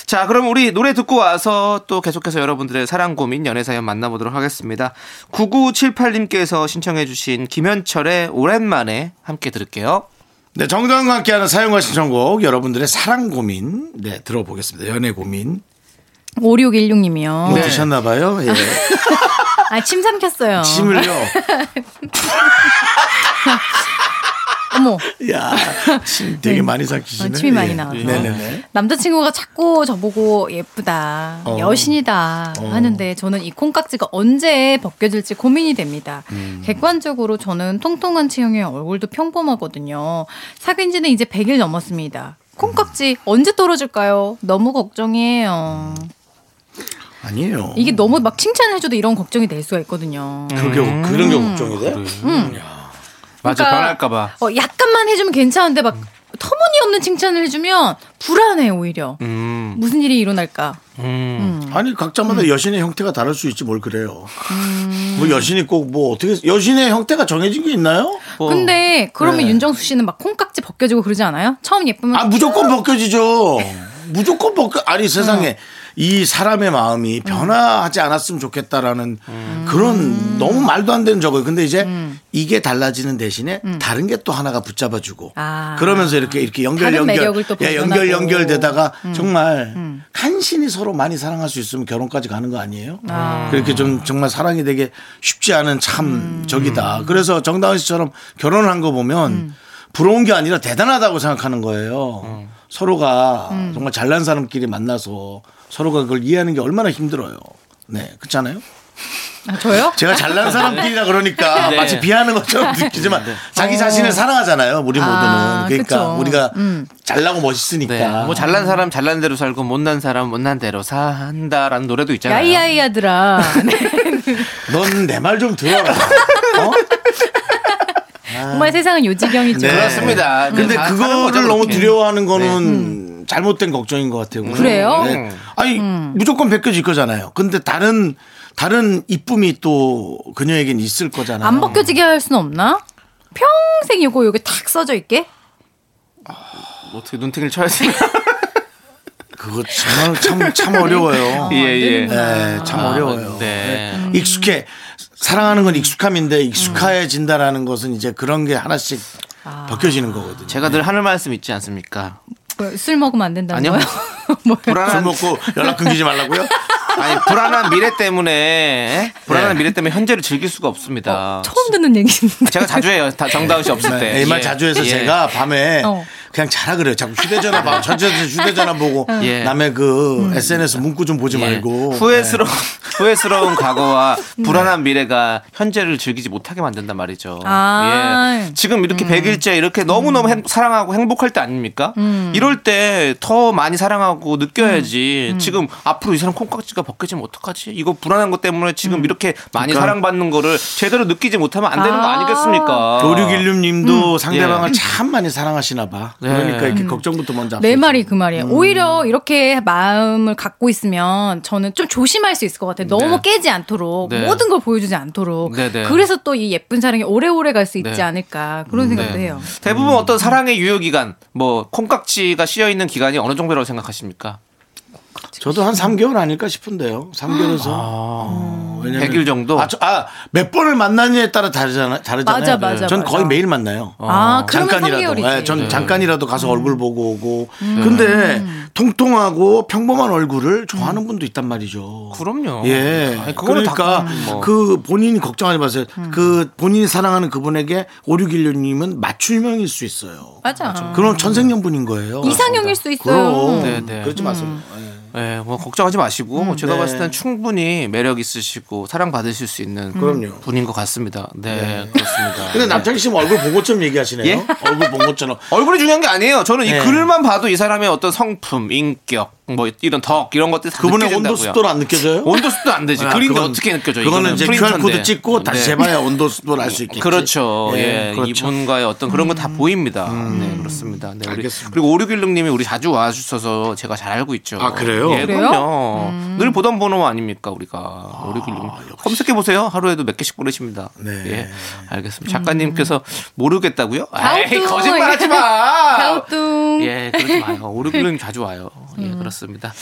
자, 그럼 우리 노래 듣고 와서 또 계속해서 여러분들의 사랑 고민, 연애 사연 만나보도록 하겠습니다. 9978님께서 신청해주신 김현철의 오랜만에 함께 들을게요.
네, 정당과 함께하는 사용과 신청곡 여러분들의 사랑 고민 네 들어보겠습니다. 연애 고민
5616님이요.
못 드셨나봐요. 예.
아, 침 삼켰어요.
침을요.
어머.
야, 침 되게 많이 삼키시네.
어, 침이 많이
예.
나와서.
네네네.
남자친구가 자꾸 저보고 예쁘다,
어.
여신이다 하는데 저는 이 콩깍지가 언제 벗겨질지 고민이 됩니다.
음.
객관적으로 저는 통통한 체형에 얼굴도 평범하거든요. 사귄 지는 이제 100일 넘었습니다. 콩깍지 언제 떨어질까요? 너무 걱정이에요.
아니에요.
이게 너무 막 칭찬해줘도 이런 걱정이 될 수가 있거든요.
그게
음.
그런 게 걱정이 돼?
맞아,
그러니까-
변할까봐.
어, 약간만 해주면 괜찮은데 막 터무니없는 칭찬을 해주면 불안해 오히려.
음,
무슨 일이 일어날까?
음.
아니 각자마다 여신의 형태가 다를 수 있지 뭘 그래요.
음.
뭐 여신이 꼭 뭐 어떻게 여신의 형태가 정해진 게 있나요?
뭐,
근데 그러면
네.
윤정수 씨는 막 콩깍지 벗겨지고 그러지 않아요? 처음 예쁘면
아 무조건 벗겨지죠. 무조건 벗겨. 아니 세상에
음.
이 사람의 마음이 변화하지 않았으면 좋겠다라는
음.
그런 너무 말도 안 되는 저거예요. 근데 이제 이게 달라지는 대신에 다른 게 또 하나가 붙잡아주고
음. 아.
그러면서 이렇게 이렇게 연결
다른
연결
매력을 또
예, 연결
보존하고. 음.
연결되다가 정말 간신히 서로 많이 사랑할 수 있으면 결혼까지 가는 거 아니에요? 그렇게 좀 정말 사랑이 되게 쉽지 않은 참
음.
적이다. 그래서 정다은 씨처럼 결혼을 한 거 보면
음.
부러운 게 아니라 대단하다고 생각하는 거예요. 서로가
음.
정말 잘난 사람끼리 만나서 서로가 그걸 이해하는 게 얼마나 힘들어요. 네, 그렇잖아요.
아, 저요?
제가 잘난 사람끼리라 그러니까
네.
마치 비하는 것처럼 느끼지만 자기 자신을 사랑하잖아요. 우리 모두는
어. 아,
그러니까
그쵸.
우리가
음.
잘나고 멋있으니까.
네, 뭐 잘난 사람 잘난 대로 살고 못난 사람 못난 대로 산다라는 노래도 있잖아요.
야이야이야들아. 네.
넌 내 말 좀 들어라. 어?
정말 세상은 요지경이죠.
네.
아. 그렇습니다.
근데
다 사는 거죠,
그거를 너무
그렇게. 네.
두려워하는 거는 잘못된 걱정인 것 같아요.
음. 그래요? 음.
네.
음.
아니 무조건 벗겨질 거잖아요. 근데 다른 다른 이쁨이 또 그녀에겐 있을 거잖아요.
안 벗겨지게 할 수는 없나? 평생 요거 요게 탁 써져 있게?
뭐 어떻게 눈탱이를 쳐야 되나?
그거 참참 참, 참 어려워요.
예, 예.
아, 네, 참 어려워요.
네.
익숙해 사랑하는 건 익숙함인데 익숙해진다라는 것은 이제 그런 게 하나씩
아.
벗겨지는 거거든요.
제가 늘 하는 말씀 있지 않습니까?
뭐술 먹으면 안 된다는
아니요.
거요? 뭐
술
불안한
먹고 연락 끊기지 말라고요?
아니 불안한 미래 때문에 불안한
네.
미래 때문에 현재를 즐길 수가 없습니다.
처음 듣는 얘기인데.
제가 자주 해요. 다 정다은 씨 없을 때.
어, 네, 이말
예.
자주 해서
예.
제가 밤에
어.
그냥 자라 그래요. 자꾸 휴대전화 봐. 전체 휴대전화 보고
예.
남의 그 SNS 문구 좀 보지
예.
말고 네.
후회스러운 후회스러운 과거와
네.
불안한 미래가 현재를 즐기지 못하게 만든단 말이죠.
아. 음.
예. 지금 이렇게 100일째 이렇게 너무너무 행- 사랑하고 행복할 때 아닙니까? 이럴 때 더 많이 사랑하고
음.
느껴야지. 지금 앞으로 이 사람 콩깍지가 벗겨지면 어떡하지? 이거 불안한 것 때문에
음.
지금 이렇게 많이
그러니까.
사랑받는 거를 제대로 느끼지 못하면 안 되는 거
네.
아.
아니겠습니까?
5616님도 상대방을
예.
참 많이 사랑하시나 봐.
네.
그러니까 이렇게 걱정부터 먼저
내
앞서죠.
말이 그 말이에요. 오히려 이렇게 마음을 갖고 있으면 저는 좀 조심할 수 있을 것 같아요.
네.
너무 깨지 않도록
네.
모든 걸 보여주지 않도록.
네, 네.
그래서 또 이 예쁜 사랑이 오래오래 갈 수 있지
네.
않을까 그런 생각도 해요.
음.
대부분 어떤 사랑의 유효 기간, 뭐 콩깍지가 씌여 있는 기간이 어느 정도라고 생각하십니까?
저도 한 3개월 아닐까 싶은데요. 3개월에서 어, 왜냐면-
아. 100일 정도?
아, 저- 아, 몇 번을 만나느냐에 따라 다르잖아, 다르잖아요. 네.
맞아, 맞아,
전
맞아.
거의 매일 만나요.
아, 그러면
어, 잠깐이라도.
3개월이지. 음.
예, 전
네.
잠깐이라도 가서 얼굴 보고 오고. 근데 통통하고 평범한 얼굴을 좋아하는
음.
분도 있단 말이죠.
그럼요.
예.
아니, 그거는
그러니까
다 뭐.
그 본인이 걱정하지 마세요.
음.
그 본인이 사랑하는 그분에게 5616님은 맞춤형일 수 있어요.
맞아.
그럼 천생연분인 거예요.
음. 이상형일 수 있어요. 음.
그럼
네, 네.
그러지 마세요. 예.
예, 뭐 걱정하지 마시고 제가
네.
봤을 땐 충분히 매력 있으시고 사랑 받으실 수 있는
그럼요.
분인 것 같습니다. 네, 그렇습니다.
근데 남창희 씨는 뭐 얼굴 본 것처럼 얘기하시네요.
예?
얼굴 본 것처럼.
얼굴이 중요한 게 아니에요. 저는 이
네.
글만 봐도 이 사람의 어떤 성품, 인격, 뭐 이런 덕 이런 것들 다
그분의
느껴진다고요.
온도 습도를 안 느껴져요?
온도 습도 안 되지.
아,
그린 게
그건-
어떻게 느껴져?
그거는
이거는
이제 QR
프린터인데.
코드 찍고 다시
네.
재봐야 온도 습도를 알 수 있겠지.
그렇죠. 예,
그렇죠.
이분과의 어떤 그런 건 다 보입니다. 네, 그렇습니다. 네, 우리 그리고 오류길릉님이 우리 자주 와주셔서 제가 잘 알고 있죠.
아, 그래요?
예,
그래요?
그럼요. 늘 보던 번호 아닙니까 우리가 오륙일육 검색해 보세요 하루에도 몇 개씩 부르십니다. 예, 알겠습니다. 작가님께서 모르겠다고요? 에이
다우뚱.
거짓말하지
아.
마.
다우뚱.
예, 그러지 마요. 오륙일육 자주 와요. 예, 그렇습니다.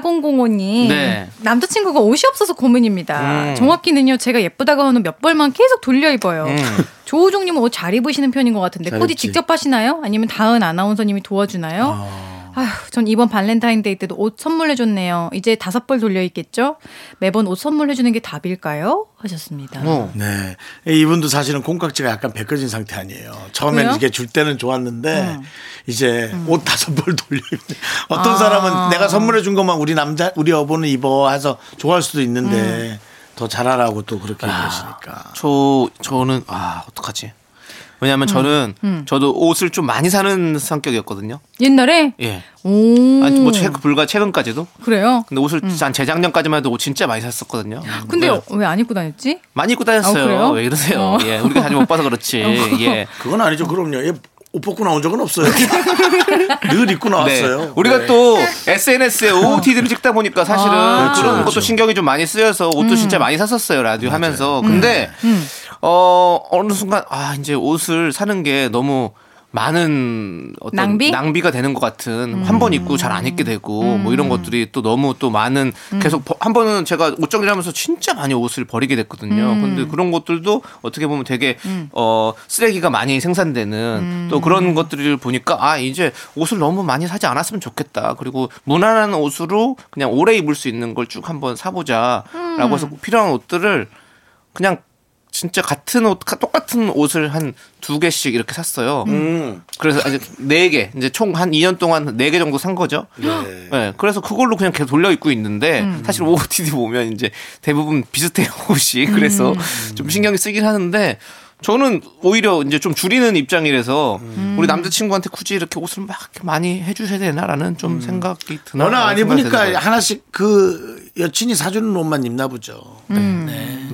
4005님
네.
남자친구가 옷이 없어서 고민입니다.
음.
정확히는요 제가 예쁘다고 하는 몇 벌만 계속 돌려 입어요.
음.
조우종님은 옷 잘 입으시는 편인 것 같은데
잘
코디
입지.
직접 하시나요? 아니면 다은 아나운서님이 도와주나요? 아휴, 전 이번 발렌타인데이 때도 옷 선물해줬네요. 이제 다섯 벌 돌려 입겠죠? 매번 옷 선물해주는 게 답일까요? 하셨습니다.
어.
네. 이분도 사실은 콩깍지가 약간 벗겨진 상태 아니에요. 처음에는
왜요? 어. 음.
이게 줄 때는 좋았는데 이제 옷 다섯 벌 돌려 입는. 어떤
아.
사람은 내가 선물해 준 것만 우리 남자 우리 여보는 입어 해서 좋아할 수도 있는데
음.
더 잘하라고 또
아.
그렇게 얘기하시니까.
저 저는 아 어떡하지? 왜냐하면 저는 저도 옷을 좀 많이 사는 성격이었거든요.
옛날에
예.
오
아니 뭐 네. 최, 불과 최근까지도.
그래요?
근데 옷을 한 재작년까지만 해도 옷 진짜 많이 샀었거든요.
음. 근데
네.
왜 안 입고 다녔지?
많이 입고
아,
다녔어요.
그래요?
왜 이러세요?
어.
예, 우리가 자주 못 봐서 그렇지. 예.
그건 아니죠. 그럼요. 얘옷 벗고 나온 적은 없어요. 늘 입고 나왔어요.
네. 우리가
네.
또 SNS에 OOTD를 찍다 보니까 사실은
아.
그런
그렇죠.
것도 신경이 좀 많이 쓰여서
음.
옷도 진짜 많이 샀었어요 라디오 하면서. 근데 어 어느 순간 아 이제 옷을 사는 게 너무 많은 어떤
낭비? 음.
가 되는 것 같은 한 번 입고 잘 안 입게 되고 뭐 이런 것들이 또 너무 또 많은
음.
계속 버- 한 번은 제가 옷 정리를 하면서 진짜 많이 옷을 버리게
음.
됐거든요. 근데 그런 것들도 어떻게 보면 되게 어 쓰레기가 많이 생산되는
음.
또 그런 것들을 보니까 아 이제 옷을 너무 많이 사지 않았으면 좋겠다. 그리고 무난한 옷으로 그냥 오래 입을 수 있는 걸 쭉 한번 사보자라고
음.
해서 필요한 옷들을 그냥 진짜 같은 옷 가- 똑같은 옷을 한 두 개씩 이렇게 샀어요.
음.
그래서 아직 네개 이제 총 한 2년 동안 네 개 정도 산 거죠. 네. 그래서 그걸로 그냥 계속 돌려 입고 있는데
음.
사실 OOTD 보면 이제 대부분 비슷해요 옷이. 그래서
음.
좀 신경이 쓰긴 하는데 저는 오히려 이제 좀 줄이는 입장이라서
음.
우리 남자친구한테 굳이 이렇게 옷을 막 이렇게 많이 해주셔야 되나라는 좀
음.
생각이 드나.
워낙 안 입으니까
생각이
하나씩 그 여친이 사주는 옷만 입나 보죠.
들어요.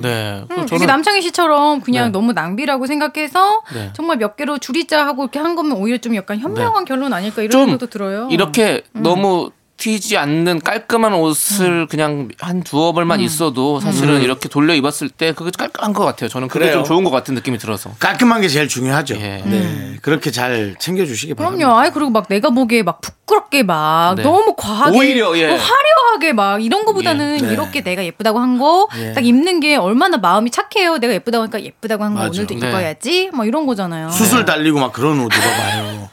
네. 그래서
음,
저는
이게 남창희 씨처럼 그냥
네.
너무 낭비라고 생각해서
네.
정말 몇 개로 줄이자 하고 이렇게 한 거면 오히려 좀 약간 현명한 결론 아닐까 이런
좀
생각도 들어요. 음.
이렇게 너무 튀지 않는 깔끔한 옷을 그냥 한 두어
음.
벌만 있어도 사실은 이렇게 돌려 입었을 때 그게 깔끔한 것 같아요. 저는
음.
그게
그래요.
좀 좋은 것 같은 느낌이 들어서.
깔끔한 게 제일 중요하죠.
예.
네. 그렇게 잘 챙겨주시기 바랍니다.
음. 그럼요. 아이 그리고 막 내가 보기에 막 부끄럽게 막
네.
너무 과하게
오히려, 예.
어, 화려하게 막 이런 거보다는
예. 네.
이렇게 내가 예쁘다고 한 거 딱 입는 게 얼마나 마음이 착해요. 내가 예쁘다고 하니까 예쁘다고 한 거
맞아.
오늘도
네.
입어야지. 막 이런 거잖아요.
수술 달리고 막 그런 옷 입어봐요.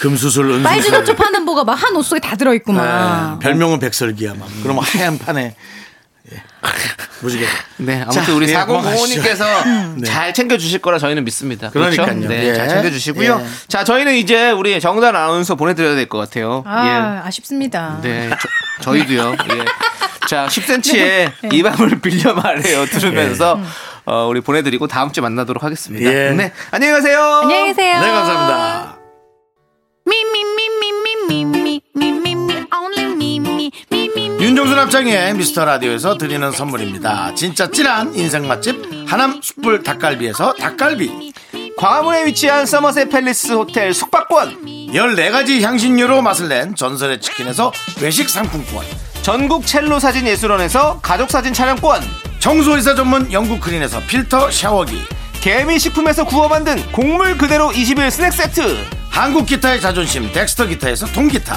금수술, 은수술.
빨주노초 파는 보가 막 한 옷 속에 다 들어있고 막.
네, 별명은 백설기야. 막. 그러면 하얀 판에. 예. 무지개.
네, 아무튼
자,
우리
예,
4005님께서
음.
네.
잘 챙겨주실 거라 저희는 믿습니다. 그렇죠?
그러니까요.
네,
예.
잘 챙겨주시고요.
예.
자, 저희는 이제 우리 정단 아나운서 보내드려야 될 것 같아요.
아 아쉽습니다.
예. 네, 저, 희도요 예. 자, 10cm의
네.
이 밤을 빌려 말해요. 들으면서 어, 우리 보내드리고 다음 주에 만나도록 하겠습니다.
예.
네, 안녕히 가세요.
안녕히 계세요.
네, 감사합니다. 윤종수 남창의 미스터 라디오에서 드리는 선물입니다. 진짜 찐한 인생 맛집 하남 숯불 닭갈비에서 닭갈비
광화문에 위치한 서머셋 팰리스 호텔 숙박권
14가지 향신료로 맛을 낸 전설의 치킨에서 외식 상품권
전국 첼로 사진 예술원에서 가족 사진 촬영권
청소이사 전문 영국 크린에서 필터 샤워기
개미 식품에서 구워 만든 곡물 그대로 21 스낵 세트
한국 기타의 자존심 덱스터 기타에서 통기타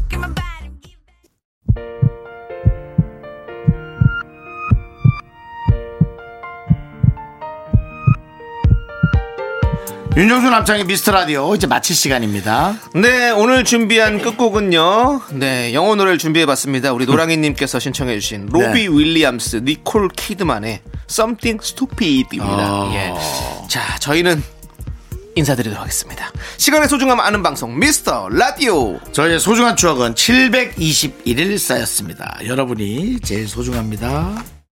윤종수 남창의 미스터 라디오 이제 마칠 시간입니다.
네, 오늘 준비한 끝곡은요. 네, 영어 노래를 준비해봤습니다. 우리 노랑이님께서 신청해주신 로비 윌리엄스, 니콜 키드만의 Something Stupid입니다. 예. 자, 저희는 인사드리도록 하겠습니다. 시간의 소중함 아는 방송, 미스터 라디오.
저희의 소중한 추억은 721일 쌓였습니다. 여러분이 제일 소중합니다.